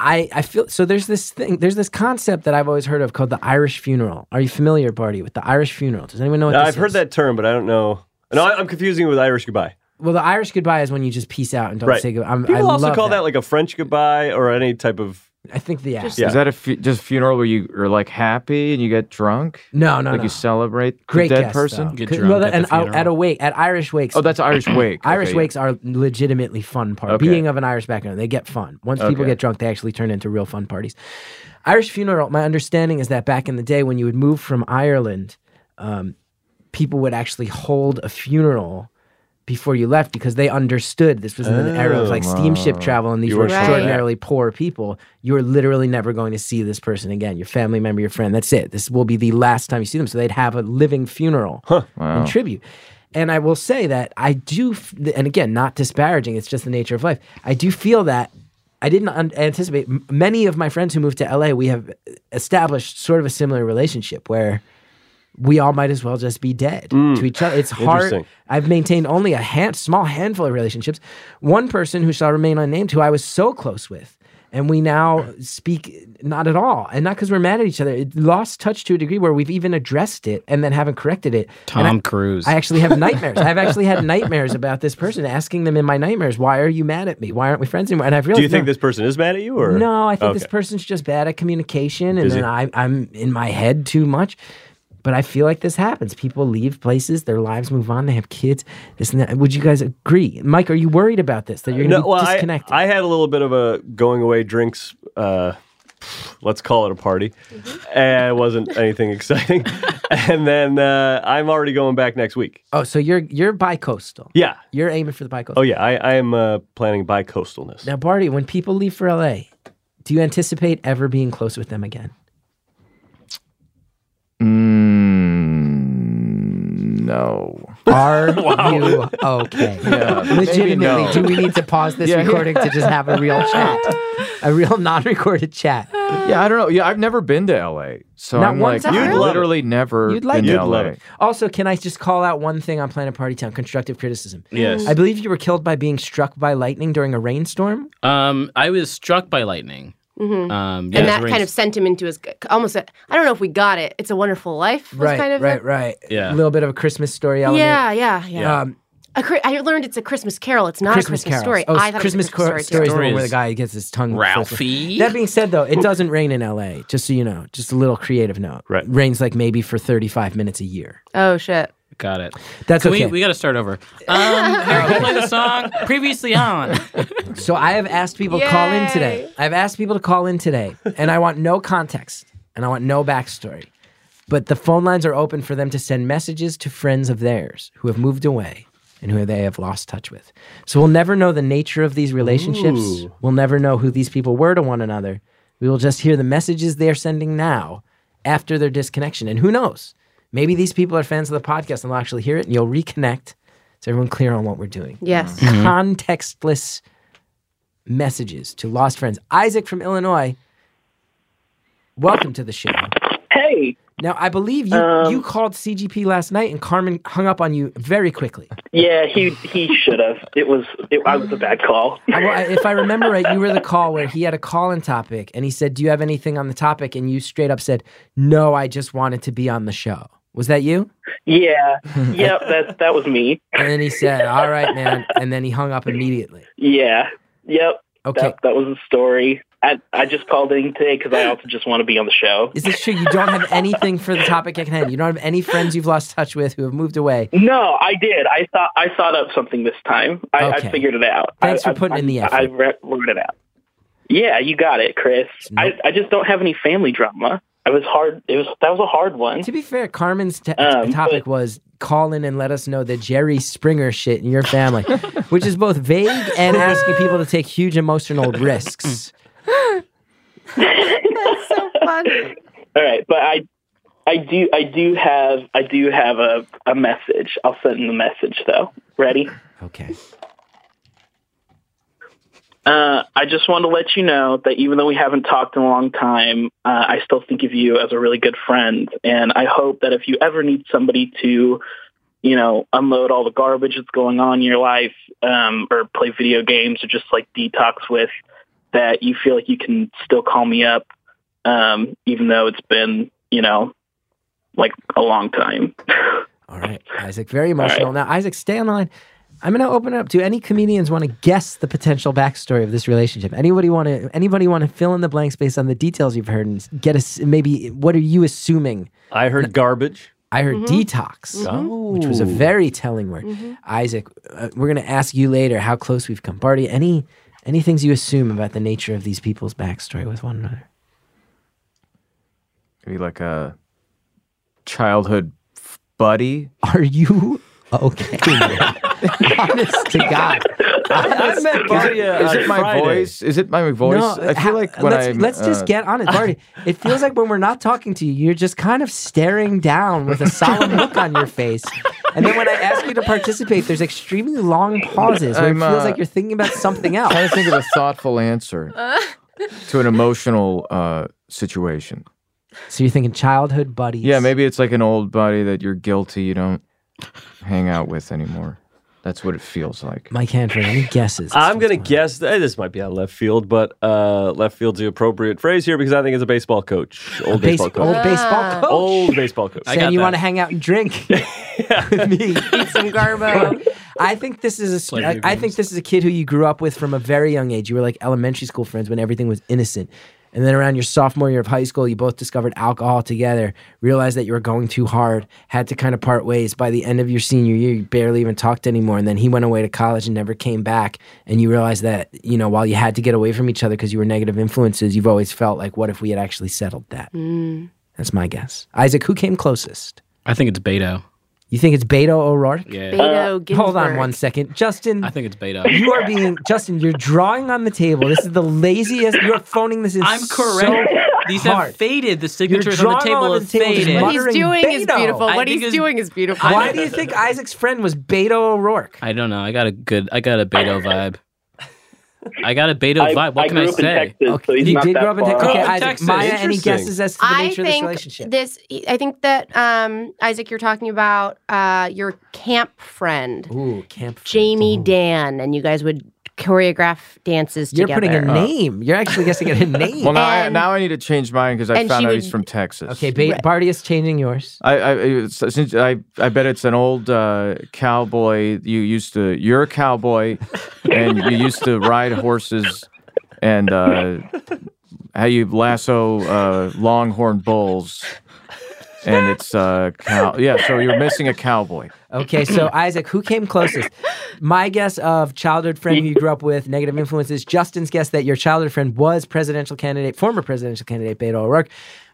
A: I, I feel so there's this thing, there's this concept that I've always heard of called the Irish funeral. Are you familiar, Barty, with the Irish funeral? Does anyone know what this
E: I've
A: is?
E: heard that term, but I don't know. No, I- I'm confusing it with Irish goodbye.
A: Well, the Irish goodbye is when you just peace out and don't
E: Right.
A: say goodbye. I'm,
E: People
A: I
E: also
A: love
E: call that. like a French goodbye or any type of.
A: I think the yeah.
C: Just-
E: Yeah.
D: Is that a fu- just funeral where you are like happy and you get drunk?
A: No, no,
D: like
A: no.
D: you celebrate
A: Great
D: the dead
A: guess,
D: person?
A: though.
B: Get
A: Could-
B: drunk
A: well,
B: at the
A: and uh,
B: funeral.
A: at a wake at Irish wakes.
D: Oh, that's Irish wake.
A: Irish
D: Okay,
A: wakes are legitimately fun parties.
D: Okay.
A: Being of an Irish background, they get fun. Once people
D: Okay.
A: get drunk, they actually turn into real fun parties. Irish funeral, my understanding is that back in the day when you would move from Ireland, um, people would actually hold a funeral before you left because they understood this was in an era of like steamship travel and these
E: You
A: were
E: were
C: sure.
A: extraordinarily poor people. You are literally never going to see this person again. Your family member, your friend. That's it. This will be the last time you see them. So they'd have a living funeral in tribute. And I will say that I do, f- and again, not disparaging, it's just the nature of life. I do feel that I didn't un- anticipate. m- Many of my friends who moved to LA, we have established sort of a similar relationship where we all might as well just be dead to each other. It's hard.
E: Hmm. Interesting.
A: I've maintained only a hand, small handful of relationships. One person who shall remain unnamed, who I was so close with, and we now speak not at all, and not because we're mad at each other. It lost touch to a degree where we've even addressed it and then haven't corrected it. And I-
G: Tom Cruise.
A: I actually have nightmares. I've actually had nightmares about this person, asking them in my nightmares, "Why are you mad at me? Why aren't we friends anymore?" And I've realized,
E: Do you think
A: no.
E: this person is mad at you, or
A: No, I think this
E: Okay.
A: person's just bad at communication, and
E: Is
A: then
E: he?
A: I, I'm in my head too much. But I feel like this happens. People leave places, their lives move on, they have kids. This and that. Would you guys agree, Mike? Are you worried about this? That you're going to
E: No, well,
A: be
E: I-
A: disconnected?
E: I, had a little bit of a going away drinks. Uh, let's call it a party. And it wasn't anything exciting. and then uh, I'm already going back next week.
A: oh, so you're you're bicoastal.
E: Yeah.
A: You're aiming for the bicoastal.
E: Oh yeah. I, I am uh, planning bicoastalness.
A: Now, Barty, when people leave for LA, do you anticipate ever being close with them again?
D: Mm, no.
A: Are you okay?
D: maybe
A: Legitimately,
D: no.
A: do we need to pause this recording to just have a real chat? A real non recorded chat.
D: Yeah, I don't know. Yeah, I've never been to LA, so
A: Not
D: I'm
A: once
D: like,
A: You'd
D: I've
E: love it.
D: literally never
A: You'd like
D: been
A: it.
D: to
E: You'd
D: LA.
E: love it.
A: Also, can I just call out one thing on Planet Party Town constructive criticism?
E: Yes.
A: I believe you were killed by being struck by lightning during a rainstorm.
G: Um, I was struck by lightning. Um, yeah,
C: Mm-hmm. and
G: it was
C: that
G: rain-
C: kind of sent him into his almost. I I don't know if we got it. It's a Wonderful Life. Was kind of
A: right, right.
G: Yeah.
A: A little bit of a Christmas story
C: the-
A: element.
C: yeah, yeah, yeah.
A: Um,
C: A Chri- I learned it's a Christmas Carol. It's not
A: Christmas
C: a Christmas
A: carols.
C: story.
A: Oh,
C: I thought
A: Christmas,
C: it was a Christmas
A: story is the
G: Story
A: one where the
G: is
A: guy gets his tongue.
G: Ralphie.
A: That being said, though, it doesn't rain in L.A. Just so you know, just a little creative note.
E: Right.
A: Rains like maybe for thirty-five minutes a year.
C: Oh shit.
G: got it.
A: That's
G: Can
A: okay.
G: We, we got to start over. Um, Harold, play the
B: Um,
G: song previously on.
A: So I have asked people to call in today. I've asked people to call in today, and I want no context and I want no backstory. But the phone lines are open for them to send messages to friends of theirs who have moved away and who they have lost touch with. So we'll never know the nature of these relationships. We'll never know who these people were to one another. We will just hear the messages they're sending now after their disconnection. And who knows? Maybe these people are fans of the podcast and they'll actually hear it and you'll reconnect. Is everyone clear on what we're doing? Uh,
C: Yes.
A: contextless messages to lost friends. Isaac from Illinois, welcome to the show.
H: Hey, Um,
A: Now, I believe you, you called CGP last night and Carmen hung up on you very quickly.
H: yeah, he he should have. It was it, I was a bad call.
A: I- well, I- if I remember right, you were the call where he had a call in topic and he said, Do you have anything on the topic? And you straight up said, No, I just wanted to be on the show. Was that you?
H: yeah, yep, that that was me.
A: And then he said, All right, man. And then he hung up immediately.
H: Yeah, yep,
A: Okay.
H: that that was the story. I I just called in today because I also just want to be on the show.
A: Is this true? You don't have anything for the topic at hand. You don't have any friends you've lost touch with who have moved away.
H: No, I did. I thought I thought up something this time. I,
A: Okay.
H: I figured it out.
A: Thanks
H: I,
A: for putting
H: I,
A: in the effort.
H: I, I re- wrote it out. Yeah, you got it, Chris.
A: Nope.
H: I I just don't have any family drama. I was hard. It was that was a hard one.
A: To be fair, Carmen's t-
H: Um,
A: topic was call in and let us know the Jerry Springer shit in your family, which is both vague and asking people to take huge emotional risks.
C: That's so funny.
H: All right, but I, I do, I do have, I do have a, a message. I'll send the message though. Ready?
A: Okay.
H: Uh, I just want to let you know that even though we haven't talked in a long time, uh, I still think of you as a really good friend, and I hope that if you ever need somebody to, you know, unload all the garbage that's going on in your life, um, or play video games, or just like detox with, that you feel like you can still call me up, um, even though it's been, you know, like a long time.
A: All right, Isaac, very emotional. Now, Isaac, stay on the line. I'm going to open it up. Do any comedians want to guess the potential backstory of this relationship? Anybody want to? Anybody want to fill in the blanks based on the details you've heard and s- get us maybe? What are you assuming?
E: I heard garbage.
A: I heard detox.
E: Oh.
A: which was a very telling word.
I: Mm-hmm.
A: Isaac, uh, we're going to ask you later how close we've come. Barty, any any things you assume about the nature of these people's backstory with one another?
D: Maybe like a childhood f- buddy.
A: Are you okay?
F: Honest to God.
D: I
F: Honest to
D: meant
F: God.
D: Barty, uh, Is it on my Friday. voice? Is it my voice? I feel like when
A: uh, let's,
D: I'm,
A: let's just
D: uh,
A: get on it, Barty. It feels like when we're not talking to you, you're just kind of staring down with a solemn look on your face. And then when I ask you to participate, there's extremely long pauses where
D: I'm,
A: it feels
D: uh,
A: like you're thinking about something else.
D: trying to think of a thoughtful answer to an emotional uh, situation.
A: So you're thinking childhood buddies.
D: Yeah, maybe it's like an old buddy that you're guilty you don't hang out with anymore. That's what it feels like.
A: Mike Hanford, any guesses?
E: I'm gonna guess hey, this might be out of left field, but uh, left field's the appropriate phrase here because I think it's a baseball coach, old
A: base-
E: baseball coach,
A: old baseball coach.
E: old baseball coach.
A: Saying you want to hang out and drink with me, eat some garbo. I think this is a s-
E: Play
A: I-
E: video
A: I think this is a kid who you grew up with from a very young age. You were like elementary school friends when everything was innocent. And then around your sophomore year of high school, you both discovered alcohol together, realized that you were going too hard, had to kind of part ways. By the end of your senior year, you barely even talked anymore. And then he went away to college and never came back. And you realized that, you know, while you had to get away from each other because you were negative influences, you've always felt like, what if we had actually settled that?
C: Mm.
A: That's my guess. Isaac, who came closest?
G: I think it's Beto.
A: You think it's Beto O'Rourke?
G: Yeah.
C: Beto
A: Uh, Hold on
C: Ginsburg.
A: one second. Justin. I
G: think it's Beto.
A: You are being, Justin, you're drawing on the table. This is the laziest. You're phoning this in
B: I'm correct. These have faded. The signatures on the
A: drawing all
B: table
A: over
B: have
A: the table, just
B: faded.
A: What he's muttering doing is Beto. beautiful.
B: I think
A: What he's
B: it's-
A: doing
C: is beautiful.
A: Why do you think Isaac's friend was Beto O'Rourke?
G: I don't know. I got a good. I got a Beto vibe. I got a Beto
H: I-
G: vibe. What
H: I
G: can
H: grew
G: I
H: up in
G: say?
H: Texas, so he's
A: you
H: not
A: did
H: that
A: grow up in
H: far
A: Texas.
H: off.
A: Okay, Isaac. Maya, any guesses as to the
C: I
A: nature of this
C: think
A: relationship?
C: this. I think that um, Isaac, you're talking about uh, your camp friend,
A: Ooh, camp
C: Jamie Dan, and you guys would choreograph dances
A: You're
C: together.
A: putting
J: Uh,
A: a name. You're actually guessing at a name.
D: Well, now, I, now I need to change mine because I
C: and
D: found
C: she
D: out
C: would-
D: he's from Texas.
A: okay, ba- Barty is changing yours.
D: I, I, it's- uh, since I, I bet it's an old uh, cowboy. You used to, you're a cowboy, and you used to ride horses, and uh, how you lasso uh, longhorn bulls, and it's uh, cow. Yeah, so you're missing a cowboy.
A: Okay, so Isaac, who came closest? My guess of childhood friend who you grew up with, negative influences. Justin's guess that your childhood friend was presidential candidate, former presidential candidate Beto O'Rourke,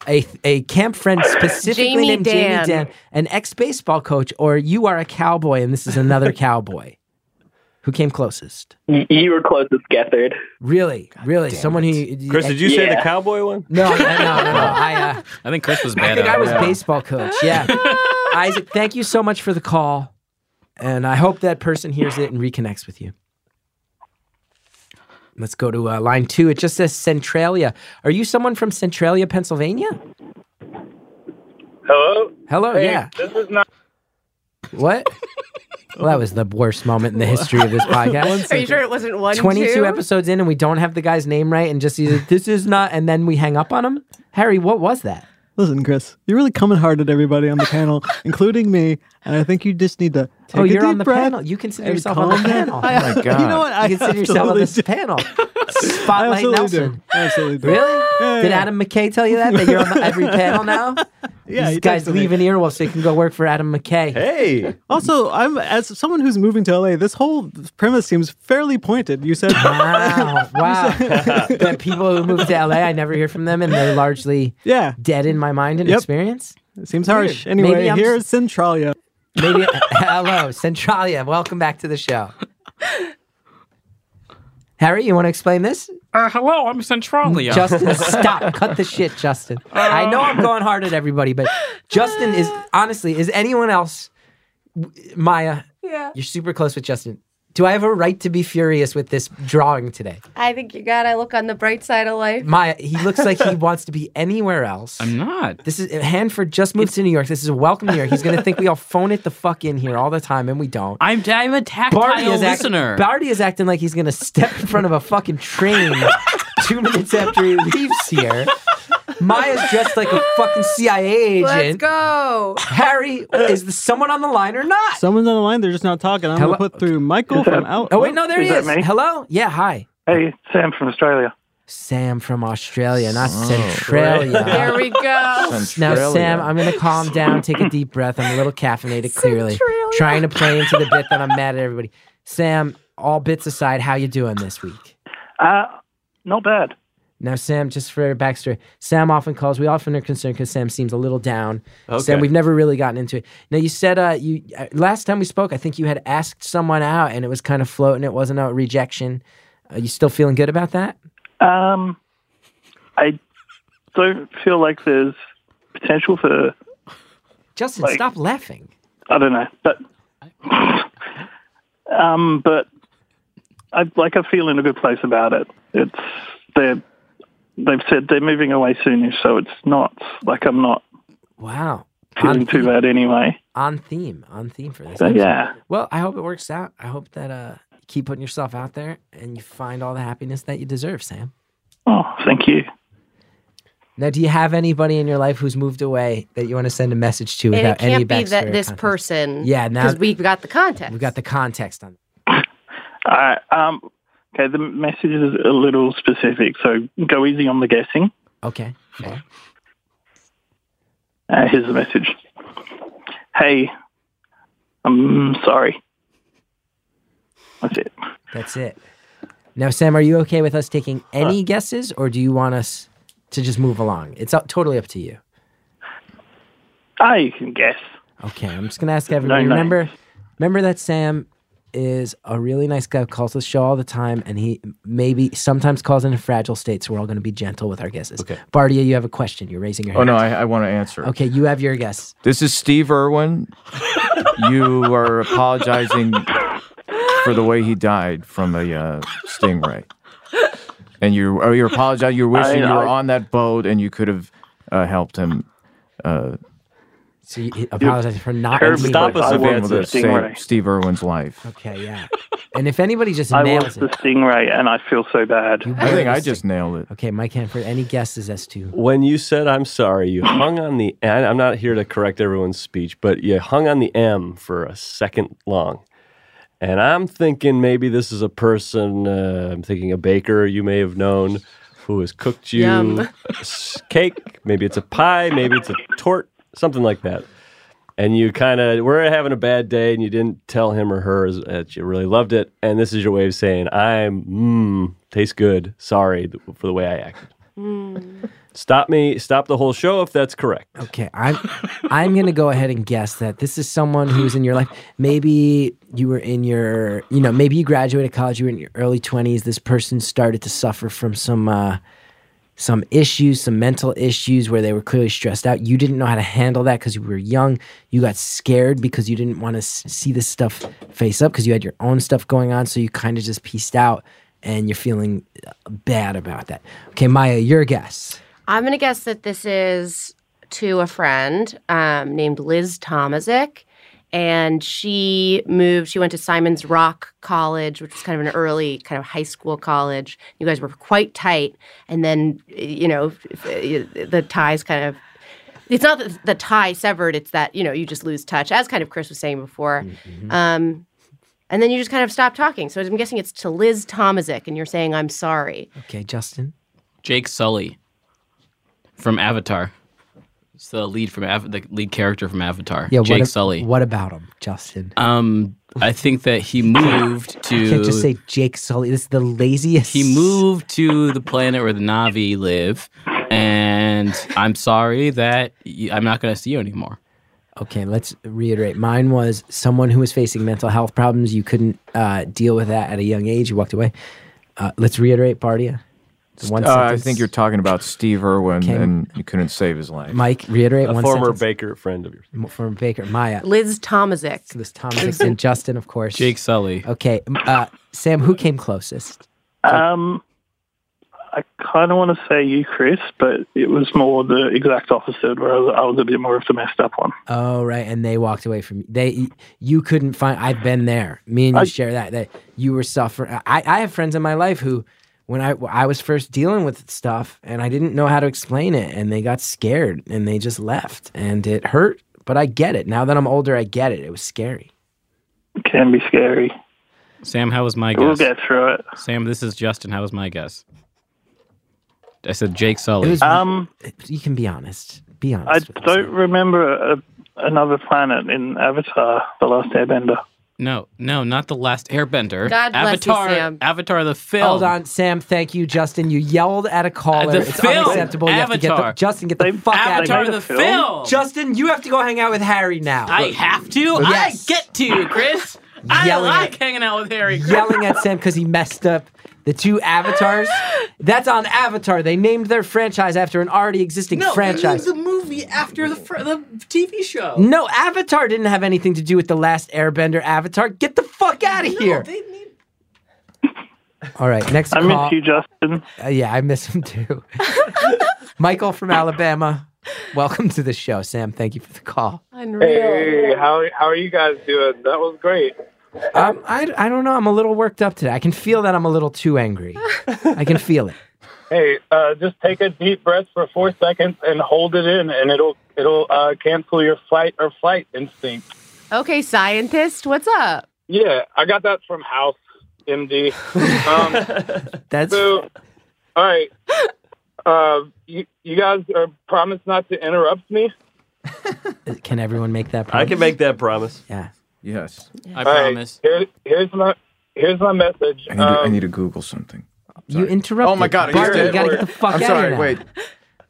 A: a, a camp friend specifically
C: Jamie
A: named
C: Dan.
A: Jamie Dan, an ex baseball coach, or you are a cowboy and this is another cowboy. Who came closest?
H: Y- You were closest, Gethard.
A: Really, really, someone who.
E: Chris, did you say the cowboy one?
A: No, no, no, no. no. I, uh,
G: I think Chris was Beto.
A: I think I was
G: Yeah.
A: baseball coach. Yeah. Isaac, thank you so much for the call. And I hope that person hears it and reconnects with you. Let's go to uh, line two. It just says Centralia. Are you someone from Centralia, Pennsylvania?
J: Hello?
A: Hello,
J: Hey,
A: yeah.
J: This is not.
A: What? well, that was the worst moment in the history of this podcast.
C: Are you sure it wasn't one?
A: 22
C: two?
A: episodes in, and we don't have the guy's name right, and just he's like, this is not, and then we hang up on him? Harry, what was that?
F: Listen, Chris, you're really coming hard at everybody on the panel, including me, and I think you just need to take
A: oh,
F: a
A: you're
F: deep
A: on the
F: breath
A: panel. You consider
F: and
A: yourself on the
F: calm down.
A: panel.
F: I- You know what? I
A: Oh you consider yourself
F: absolutely
A: on this
F: do.
A: panel.
F: I
A: Spotlight
F: absolutely
A: Nelson.
F: do. I absolutely do.
A: Really?
F: Yeah,
A: Did
F: yeah.
A: Adam McKay tell you that? That you're on every panel now?
F: Yeah,
A: These
F: he
A: guys
F: texted me.
A: leave an earwolf so they can go work for Adam McKay.
E: Hey.
F: Also, I'm as someone who's moving to LA. This whole premise seems fairly pointed. You said,
A: Wow. wow. the people who move to LA, I never hear from them, and they're largely
F: yeah.
A: dead in my mind and
F: Yep.
A: experience.
F: It seems harsh.
A: Weird.
F: Anyway,
A: Maybe I'm
F: here's Centralia.
A: Maybe hello, Centralia. Welcome back to the show. Harry, you want to explain this?
G: Uh, hello, I'm Centralia.
A: Justin, stop. Cut the shit, Justin. I know I'm going hard at everybody, but Justin is honestly, is anyone else Maya?
C: Yeah.
A: You're super close with Justin. Do I have a right to be furious with this drawing today?
C: I think you gotta look on the bright side of life.
A: Maya, he looks like he wants to be anywhere else.
G: I'm not.
A: This is Hanford just moved to New York. This is a welcome New York. He's gonna think we all phone it the fuck in here all the time, and we don't.
B: I'm, I'm a tactile
A: Barty is, act-
B: listener.
A: Barty is acting like he's gonna step in front of a fucking train two minutes after he leaves here. Maya's dressed like a fucking CIA agent.
C: Let's go.
A: Harry, is this someone on the line or not?
F: Someone's on the line. They're just not talking. I'm
A: Hello?
F: gonna put through Michael from out.
A: Oh wait, no, there
F: Is
A: he
F: that
A: is.
F: me?
A: Hello, yeah, hi.
J: Hey, Sam from Australia.
A: Sam from Australia, not Centralia.
C: Oh. There we go.
A: Now, Sam, I'm going to calm down, take a deep breath. I'm a little caffeinated, clearly. Trying to play into the bit that I'm mad at everybody. Sam, all bits aside, how you doing this week?
J: Uh, not bad.
A: Now, Sam, just for backstory, Sam often calls. We often are concerned because Sam seems a little down.
K: Okay.
A: Sam, we've never really gotten into it. Now, you said uh, you uh, last time we spoke, I think you had asked someone out, and it was kind of floating. It wasn't a rejection. Are you still feeling good about that?
J: Um, I don't feel like there's potential for.
A: Justin,
J: Like-
A: stop laughing.
J: I don't know, but um, but I like I feel in a good place about it. It's they they've said they're moving away soonish, so it's not like I'm not
A: Wow.
J: feeling too bad anyway.
A: On theme. On theme for this.
J: So,
A: episode.
J: yeah.
A: Well, I hope it works out. I hope that uh, you keep putting yourself out there and you find all the happiness that you deserve, Sam.
J: Oh, thank you.
A: Now, do you have anybody in your life who's moved away that you want to send a message to
C: And it
A: without any
C: can't
A: backstory?
C: be that
A: or
C: this
A: context?
C: person.
A: Yeah, now-
C: because we've got the context.
A: We've got the context on.
J: All right. Um, okay, the message is a little specific, so go easy on the guessing.
A: Okay.
J: Uh, here's the message. Hey, um, I'm sorry. That's it.
A: That's it. Now, Sam, are you okay with us taking any guesses, or do you want us to just move along? It's up, totally up to you.
J: I can guess.
A: Okay, I'm just gonna ask everybody.
J: No, no.
A: Remember, remember that Sam is a really nice guy. who Calls the show all the time, and he maybe sometimes calls into fragile states. We're all gonna be gentle with our guesses. Okay, Bardia, you have a question. You're raising your
D: Oh
A: hand.
D: no, I, I want to answer.
A: Okay, you have your guess.
D: This is Steve Irwin. you are apologizing for the way he died from a uh, stingray, and you are you apologizing. You're wishing
A: I-
D: you were
A: I-
D: on that boat and you could have uh, helped him. Uh,
A: So you you apologize for not.
D: Herb,
A: being-
D: stop us if we answer the stingray. Steve Irwin's life.
A: Okay, yeah. And if anybody just
J: I was
A: nails
J: the
A: it,
J: stingray, and I feel so bad.
A: I think I just
D: nailed it.
A: okay, Mike Hanford. Any guesses as to
E: When you said I'm sorry, you hung on the and I'm not here to correct everyone's speech, but you hung on the M for a second long. And I'm thinking maybe this is a person, uh, I'm thinking a baker you may have known who has cooked you
C: Yum.
E: a s- cake, maybe it's a pie, maybe it's a tort, something like that. And you kind of were having a bad day and you didn't tell him or her that you really loved it. And this is your way of saying, I'm, mmm, tastes good. Sorry th- for the way I acted. Stop me. Stop the whole show if that's correct.
A: Okay, I'm I'm gonna go ahead and guess that this is someone who's in your life. Maybe you were in your, you know, maybe you graduated college, you were in your early twenties. This person started to suffer from some uh, some issues, some mental issues where they were clearly stressed out. You didn't know how to handle that because you were young. You got scared because you didn't want to s- see this stuff face up because you had your own stuff going on. So you kind of just pieced out, and you're feeling uh, bad about that. Okay, Maya, your guess.
C: I'm going to guess that this is to a friend um, named Liz Tomaszek. And she moved, she went to Simon's Rock College, which was kind of an early kind of high school college. You guys were quite tight. And then, you know, uh, the ties kind of, it's not that the tie severed, it's that, you know, you just lose touch, as kind of Chris was saying before. Um, and then you just kind of stop talking. So I'm guessing it's to Liz Tomaszek, and you're saying, I'm sorry.
A: Okay, Justin.
B: Jake Sully from Avatar. It's the lead from Av- the lead character from Avatar.
A: Yeah,
B: Jake
A: what, ab-
B: Sully.
A: What about him, Justin?
B: Um, I think that he moved to.
A: You can't just say Jake Sully. This is the laziest.
B: he moved to the planet where the Navi live, and I'm sorry that y- I'm not going to see you anymore.
A: Okay, let's reiterate. Mine was someone who was facing mental health problems. You couldn't uh, deal with that at a young age. You walked away. Uh, let's reiterate, Bardia. The One
D: Uh, I
A: sentence.
D: think you're talking about Steve Irwin,
A: Okay.
D: and you couldn't save his life.
A: Mike, reiterate
E: A
A: one
E: former
A: sentence.
E: baker friend of yours.
A: M- From Baker, Maya,
C: Liz Tomaszek.
A: Liz Thomas, and Justin, of course.
B: Jake Sully.
A: Okay, m- uh, Sam, who came closest?
J: Um, I kind of want to say you, Chris, but it was more the exact opposite, where I was, I was a bit more of the messed up one.
A: Oh, right, and they walked away from you. They, you couldn't find. I've been there. Me and you share that. That you were suffering. I, I have friends in my life who, when I, I was first dealing with stuff, and I didn't know how to explain it, and they got scared, and they just left, and it hurt. But I get it now that I'm older. I get it. It was scary.
J: It can be scary.
B: Sam, how was my guess?
J: We'll get through it.
B: Sam, this is Justin. How was my guess? I said Jake Sully.
A: It was-
J: Um,
A: You can be honest. Be honest.
J: I don't remember a, another planet in Avatar: The Last Airbender.
G: No, no, not the last Airbender.
A: God bless you,
G: Avatar,
A: Sam.
G: Avatar the film.
A: Hold on, Sam. Thank you, Justin. You yelled at a caller.
G: Oh. the
A: it's
G: film.
A: unacceptable. You have to get the,
G: Avatar.
A: Justin, get the fuck
G: Avatar
A: out of
G: the
A: here.
G: film.
A: Justin, you have to go hang out with Harry now.
G: I have to.
A: Yes.
G: I get to, Chris. I
A: Yelling
G: like hanging out with Harry. Chris.
A: yelling at Sam because he messed up the two avatars. That's on Avatar. They named their franchise after an already existing
B: no,
A: franchise.
B: The movie after the fr- the TV show.
A: No, Avatar didn't have anything to do with the last Airbender Avatar. Get the fuck out of here. All right, next
J: I
A: call.
J: miss you, Justin.
A: Uh, yeah, I miss him too. Michael from Alabama, welcome to the show. Sam, thank you for the call.
C: Unreal.
L: Hey, how how are you guys doing? That was great.
A: Um, I, I don't know. I'm a little worked up today. I can feel that I'm a little too angry. I can feel it.
L: Hey, uh, just take a deep breath for four seconds and hold it in, and it'll it'll uh, cancel your flight or flight instinct.
C: Okay, scientist, what's up?
L: Yeah, I got that from House MD. Um,
A: That's-
L: so. All right, uh, you you guys are promised not to interrupt me.
A: Can everyone make that promise?
E: I can make that promise.
A: Yeah.
D: Yes.
G: I
L: All right,
G: promise.
L: here- here's my here's my message. Um,
D: I need, to, I need to Google something.
A: You interrupted.
D: Oh my God, I just
A: Barty,
D: did.
A: you gotta get the fuck
D: I'm
A: out
D: sorry,
A: of here.
D: wait.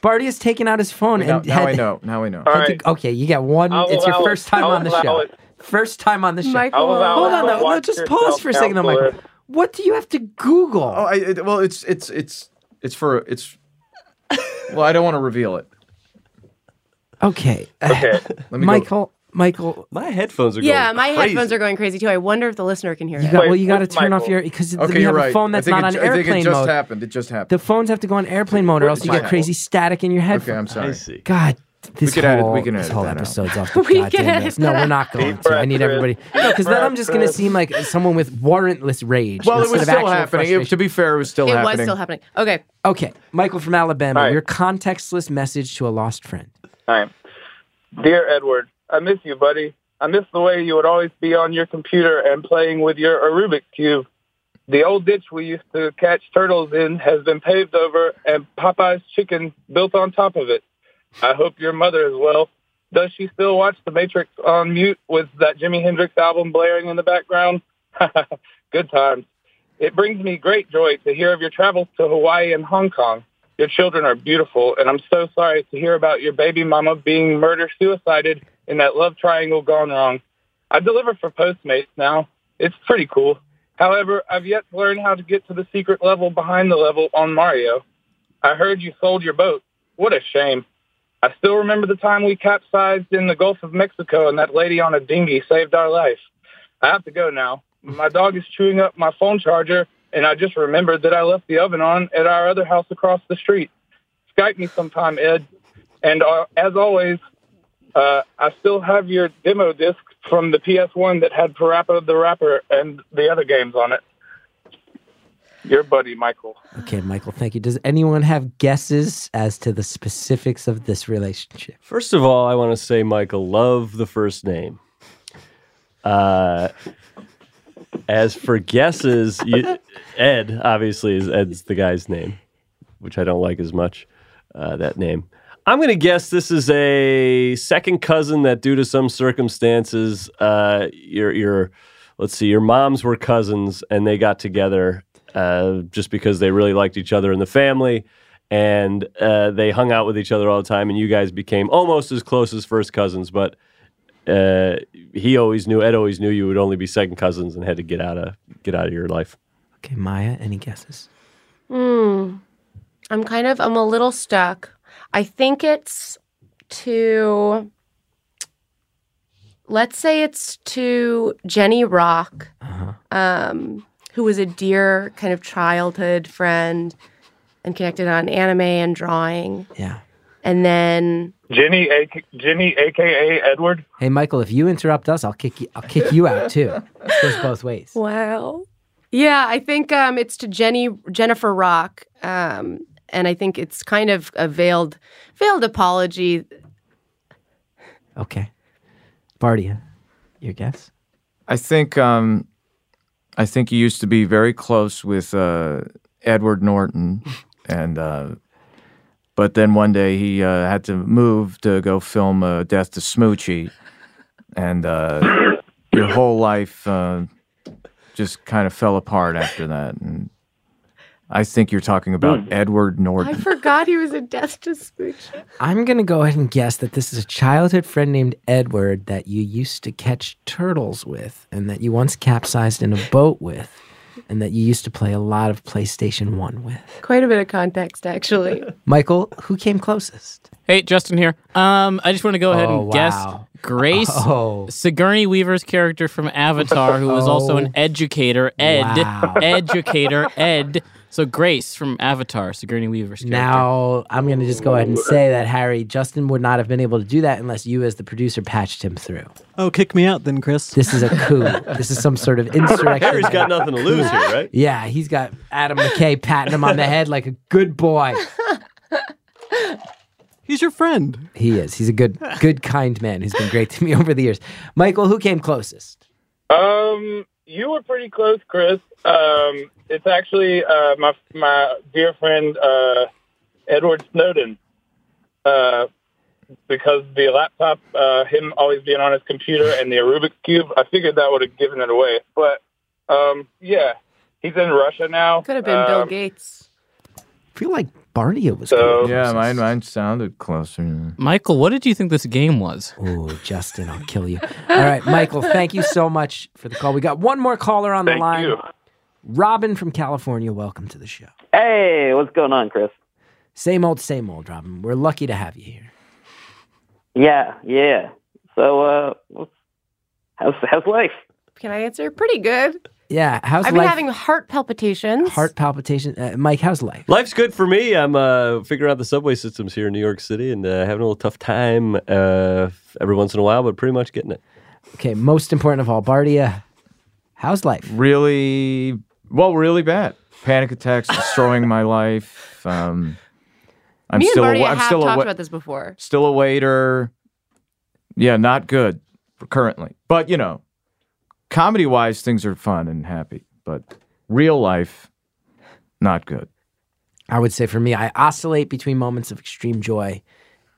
A: Barty has taken out his phone
D: Now,
A: and
D: now
A: had-
D: I know. Now I know.
A: had to- okay, you got one.
D: I'll
A: it's your
D: allow
A: first
D: it.
A: time
D: I'll
A: on the
D: allow
A: show.
D: it.
A: First time on the show.
D: I'll allow
A: Hold
D: it,
A: on,
D: but
A: though. No,
D: watch
A: just
D: yourself,
A: pause for a second, on Michael.
D: counselor.
A: What do you have to Google? Oh,
D: I, it, well, it's it's it's it's for it's. Well, I don't want to reveal it.
A: Okay.
D: Okay. Let me Michael.
A: Michael, Michael,
E: my headphones
C: Yeah, my headphones are going crazy too. I wonder if the listener can hear
A: You
C: it.
A: got, well, you got to turn off your because
D: Okay,
A: we
D: you're
A: have
D: right.
A: a phone
D: I
A: that's
D: think
A: not
D: it
A: on
D: ju- I
A: airplane
D: think it just
A: mode.
D: happened. It just happened.
A: The phones have to go on airplane mode, or
D: What
A: else
D: is
A: you
D: my
A: get crazy static in your head.
D: Okay, I'm sorry.
A: God, this
D: can
A: whole,
D: edit- we can
A: this
D: edit
A: whole
D: that out.
A: episode's off the
C: We can
A: goddamn
C: edit
A: list. No,
C: that
A: we're
C: out.
A: not going to. I need everybody. No, because then I'm just going to seem like someone with warrantless rage.
D: Well, it
A: instead of
D: was still
A: actual
D: happening. It-
A: frustration.
D: to be fair, it was still
C: it
D: happening.
C: was still happening. Okay.
A: Okay, Michael from Alabama, your contextless message to a lost friend.
L: All right. Dear Edward, I miss you, buddy. I miss the way you would always be on your computer and playing with your Rubik's Cube. The old ditch we used to catch turtles in has been paved over and Popeye's chicken built on top of it. I hope your mother is well. Does she still watch The Matrix on mute with that Jimi Hendrix album blaring in the background? Good times. It brings me great joy to hear of your travels to Hawaii and Hong Kong. Your children are beautiful, and I'm so sorry to hear about your baby mama being murder suicided in that love triangle gone wrong. I deliver for Postmates now. It's pretty cool. However, I've yet to learn how to get to the secret level behind the level on Mario. I heard you sold your boat. What a shame. I still remember the time we capsized in the Gulf of Mexico and that lady on a dinghy saved our life. I have to go now. My dog is chewing up my phone charger, and I just remembered that I left the oven on at our other house across the street. Skype me sometime, Ed. And uh, as always, uh, I still have your demo disc from the PS1 that had Parappa the Rapper and the other games on it. Your buddy, Michael.
A: Okay, Michael, thank you. Does anyone have guesses as to the specifics of this relationship?
E: First of all, I want to say, Michael, love the first name. Uh, as for guesses, you, Ed obviously is Ed's the guy's name, which I don't like as much. Uh, that name. I'm gonna guess this is a second cousin that, due to some circumstances, uh, your your let's see, your moms were cousins and they got together uh, just because they really liked each other in the family. And uh, they hung out with each other all the time, and you guys became almost as close as first cousins. But uh, he always knew, Ed always knew you would only be second cousins, and had to get out of get out of your life.
A: Okay, Maya, any guesses?
C: Hmm. I'm kind of I'm a little stuck. I think it's to let's say it's to Jenny Rock,
A: Uh-huh.
C: um, who was a dear kind of childhood friend and connected on anime and drawing.
A: Yeah.
C: And then
L: Jenny, a- Jenny, aka Edward.
A: Hey, Michael, if you interrupt us, I'll kick you. I'll kick you out too. It goes both ways.
C: Wow. Yeah, I think um, it's to Jenny Jennifer Rock, um, and I think it's kind of a veiled veiled apology.
A: Okay, Bardia, your guess?
D: I think um, I think you used to be very close with uh, Edward Norton, and uh, but then one day he uh, had to move to go film uh, Death to Smoochie, and uh, your whole life uh, just kind of fell apart after that. And I think you're talking
C: Hmm.
D: about Edward
C: I
D: Norton.
C: forgot he was a death to smooch.
A: I'm going to go ahead and guess that this is a childhood friend named Edward that you used to catch turtles with and that you once capsized in a boat with and that you used to play a lot of PlayStation 1 with.
C: Quite a bit of context, actually.
A: Michael, who came closest?
G: Hey, Justin here. Um, I just want to go ahead
A: Oh,
G: and guess
A: wow.
G: Grace
A: Oh.
G: Sigourney Weaver's character from Avatar, who was also an
A: Oh.
G: educator, Ed,
A: Wow.
G: educator, Ed. So Grace from Avatar, Sigourney Weaver's character.
A: Now, I'm going to just go ahead and say that, Harry, Justin would not have been able to do that unless you, as the producer, patched him through.
F: Oh, kick me out then, Chris.
A: This is a coup. this is some sort of insurrection.
F: Harry's got nothing to lose here,
E: right?
A: Yeah, he's got Adam McKay patting him on the head like a good boy.
F: He's your friend.
A: He is. He's a good, good, kind man who's been great to me over the years. Michael, who came closest?
L: Um, you were pretty close, Chris. Um, it's actually uh, my my dear friend uh, Edward Snowden. Uh, because the laptop, uh, him always being on his computer, and the Rubik's cube, I figured that would have given it away. But um, yeah, he's in Russia now.
C: Could have been Bill
L: Um,
C: Gates.
A: I feel like Barnia was
L: So-
D: yeah, mine, mine sounded closer.
G: Michael, what did you think this game was?
A: Ooh, Justin, I'll kill you. All right, Michael, thank you so much for the call. We got one more caller on the
M: Thank
A: line.
M: you.
A: Robin from California, welcome to the show.
M: Hey, what's going on, Chris?
A: Same old, same old, Robin. We're lucky to have you here.
M: Yeah, yeah. So, uh, what's- how's how's life?
C: Can I answer? Pretty good.
A: Yeah, how's
C: I've been
A: life?
C: having heart palpitations.
A: Heart palpitation. Uh, Mike, how's life?
E: Life's good for me. I'm uh, figuring out the subway systems here in New York City and uh, having a little tough time uh, every once in a while, but pretty much getting it.
A: Okay, most important of all, Bardia, how's life?
D: Really, well, really bad. Panic attacks destroying my life. Um, I'm
C: Me
D: still,
C: and
D: a,
C: Marty
D: wa- I'm
C: have
D: still a,
C: talked
D: wa-
C: about this before.
D: still a waiter. Yeah, not good currently. But you know, comedy wise, things are fun and happy. But real life, not good.
A: I would say for me, I oscillate between moments of extreme joy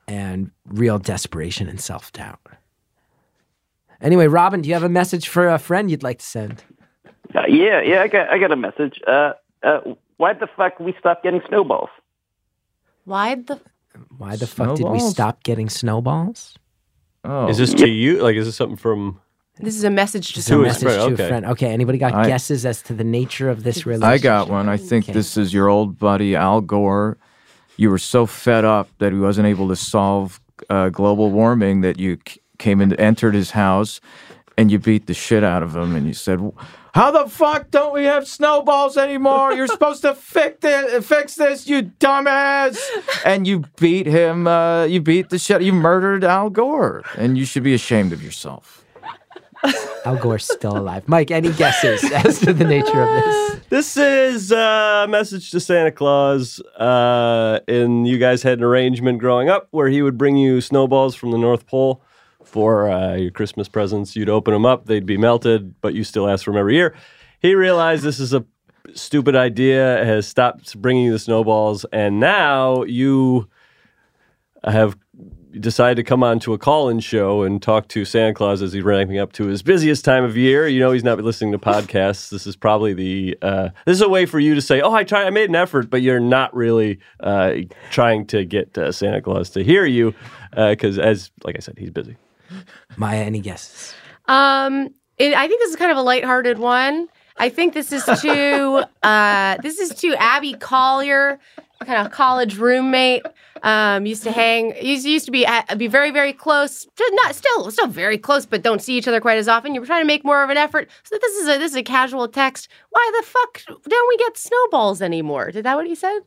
A: and real desperation and self doubt. Anyway, Robin, do you have a message for a friend you'd like to send?
M: Uh, yeah, yeah. I got I got a message. Uh, uh, why the fuck we stopped getting snowballs?
C: Why the
A: Why the fuck did we
C: Snowballs?
A: stop getting snowballs?
D: Oh,
E: is this to you? Like, is this something from?
C: This is a message to
A: It's a
C: someone.
A: message to a friend. Okay, anybody got
D: I-
A: guesses as to the nature of this relationship?
D: I got one. I think this is your old buddy Al Gore. You were so fed up that he wasn't able to solve uh, global warming that you c- came and entered his house and you beat the shit out of him and you said, "How the fuck don't we have snowballs anymore? You're supposed to fix this, fix this, you dumbass!" And you beat him. Uh, you beat the shit. You murdered Al Gore, and you should be ashamed of yourself.
A: Al Gore's still alive. Mike, any guesses as to the nature of this?
E: This is uh, a message to Santa Claus. Uh, and you guys had an arrangement growing up where he would bring you snowballs from the North Pole for uh, your Christmas presents. You'd open them up, they'd be melted, but you still ask for them every year. He realized this is a stupid idea, has stopped bringing you the snowballs, and now you have decided to come on to a call-in show and talk to Santa Claus as he's ramping up to his busiest time of year. You know he's not listening to podcasts. This is probably the uh, this is a way for you to say, "Oh, I tried, I made an effort," but you're not really uh, trying to get uh, Santa Claus to hear you because, as like I said, he's busy.
A: Maya, any guesses?
C: Um, it, I think this is kind of a lighthearted one. I think this is to uh, this is to Abby Collier, kind of college roommate. Um, used to hang, used used to be at, be very very close. Just not still still very close, but don't see each other quite as often. You're trying to make more of an effort. So this is a this is a casual text. Why the fuck don't we get snowballs anymore? Did that what he said?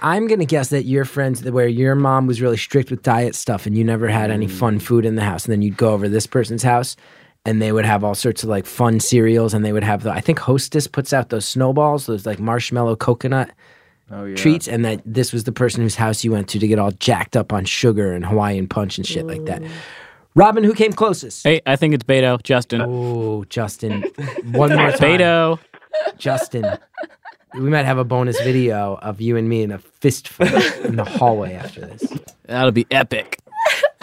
A: I'm gonna guess that your friends, where your mom was really strict with diet stuff, and you never had any fun food in the house, and then you'd go over to this person's house, and they would have all sorts of like fun cereals, and they would have the. I think Hostess puts out those snowballs, those like marshmallow coconut
D: Oh yeah.
A: treats, and that this was the person whose house you went to to get all jacked up on sugar and Hawaiian punch and shit like that. Robin, who came closest?
G: Hey, I think it's Beto, Justin.
A: Oh, Justin, one more time.
G: Beto.
A: Justin. We might have a bonus video of you and me in a fist fight in the hallway after this.
G: That'll be epic.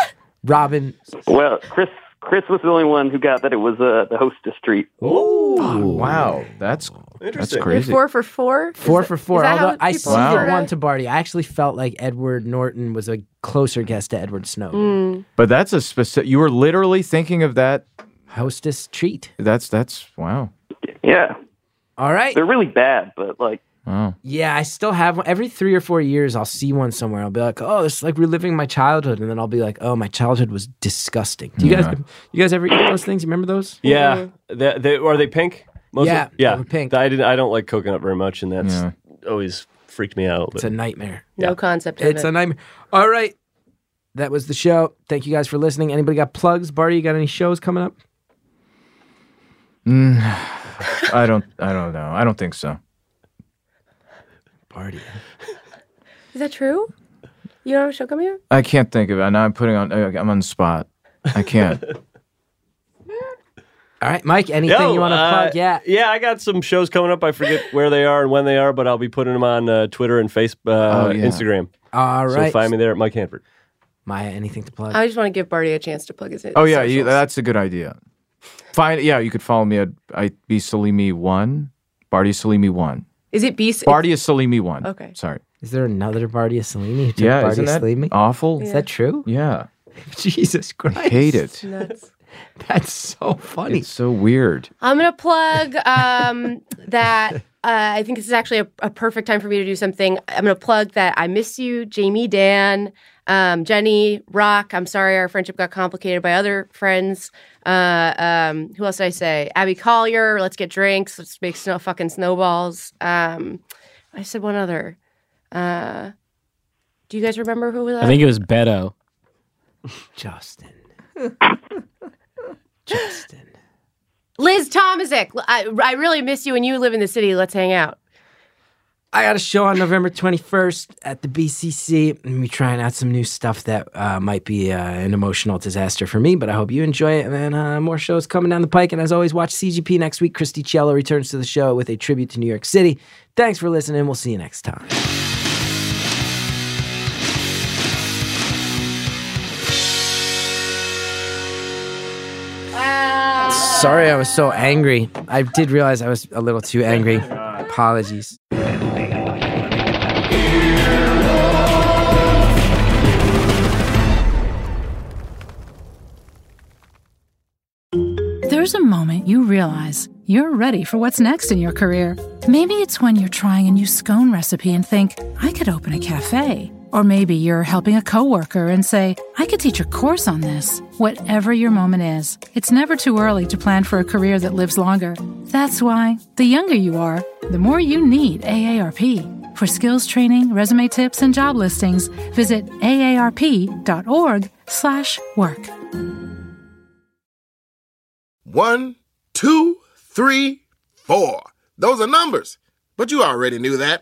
A: Robin,
M: Well, Chris Chris was the only one who got that it was uh, the hostess treat.
D: Ooh. wow. That's that's
M: Interesting.
D: crazy.
C: Four for four.
A: Four
C: Is
A: for
C: that-
A: four.
C: is that
A: Although
C: how
A: I
C: people
A: ceded
C: figured it out?
A: one to Barty. I actually felt like Edward Norton was a closer guess to Edward Snowden.
C: Mm.
D: But that's a specific. You were literally thinking of that
A: hostess treat.
D: That's that's wow.
M: Yeah.
A: All right.
M: They're really bad, but like
D: Wow.
A: Yeah, I still have one. Every three or four years, I'll see one somewhere. I'll be like, "Oh, it's like reliving my childhood," and then I'll be like, "Oh, my childhood was disgusting." Do you
E: Yeah.
A: guys, you guys ever eat those things? You remember those?
E: Yeah, they, they, are they pink?
A: Yeah,
E: yeah,
A: they were pink.
E: I didn't. I don't like coconut very much, and that's always freaked me out. A little
A: It's
E: bit.
A: a nightmare.
C: No concept. Of
A: It's
C: it.
A: a nightmare. All right, that was the show. Thank you guys for listening. Anybody got plugs? Barty, you got any shows coming up?
D: Mm, I don't I don't know. I don't think so.
A: Party.
C: Is that true? You don't have a show coming up?
D: I can't think of it. Now I'm putting on I'm on the spot. I can't.
A: All right, Mike. Anything
E: Yo,
A: you want to
E: uh,
A: plug? Yeah.
E: yeah. I got some shows coming up. I forget where they are and when they are, but I'll be putting them on uh, Twitter and Facebook, uh,
A: Oh, yeah.
E: Instagram.
A: All
E: So
A: right.
E: find me there at Mike Hanford.
A: Maya, anything to plug?
C: I just want to give Barty a chance to plug his.
D: Oh yeah, you, that's a good idea. Find yeah, you could follow me at I be Salimi one, Barty Salimi one,
C: Is it BC?
D: Barty is Salimi one.
C: Okay.
D: sorry.
A: Is there another Barty Salini? who took
D: Yeah,
A: Barty
D: isn't that
A: Salimi?
D: awful?
A: Is that true?
D: Yeah,
A: Jesus Christ!
D: I hate it.
C: Nuts.
A: That's so funny.
D: It's so weird.
C: I'm gonna plug um, that. Uh, I think this is actually a, a perfect time for me to do something. I'm gonna plug that I miss you, Jamie, Dan, um, Jenny, Rock. I'm sorry our friendship got complicated by other friends. Uh, um, who else did I say? Abby Collier. Let's get drinks. Let's make snow fucking snowballs. Um, I said one other. Uh, do you guys remember who was?
G: I think it was Beto.
A: Justin.
C: Liz Tomaszek. I, I really miss you, and you live in the city. Let's hang out.
A: I got a show on November 21st at the BCC. and we trying out some new stuff that uh, might be uh, an emotional disaster for me, but I hope you enjoy it. And then uh, more shows coming down the pike. And as always, watch CGP next week. Christy Cello returns to the show with a tribute to New York City. Thanks for listening. We'll see you next time. Sorry, I was so angry. I did realize I was a little too angry. Apologies.
N: There's a moment you realize you're ready for what's next in your career. Maybe it's when you're trying a new scone recipe and think, I could open a cafe. Or maybe you're helping a coworker and say, I could teach a course on this. Whatever your moment is, it's never too early to plan for a career that lives longer. That's why, the younger you are, the more you need AARP. For skills training, resume tips, and job listings, visit aarp.org slash work.
O: One, two, three, four. Those are numbers. But you already knew that.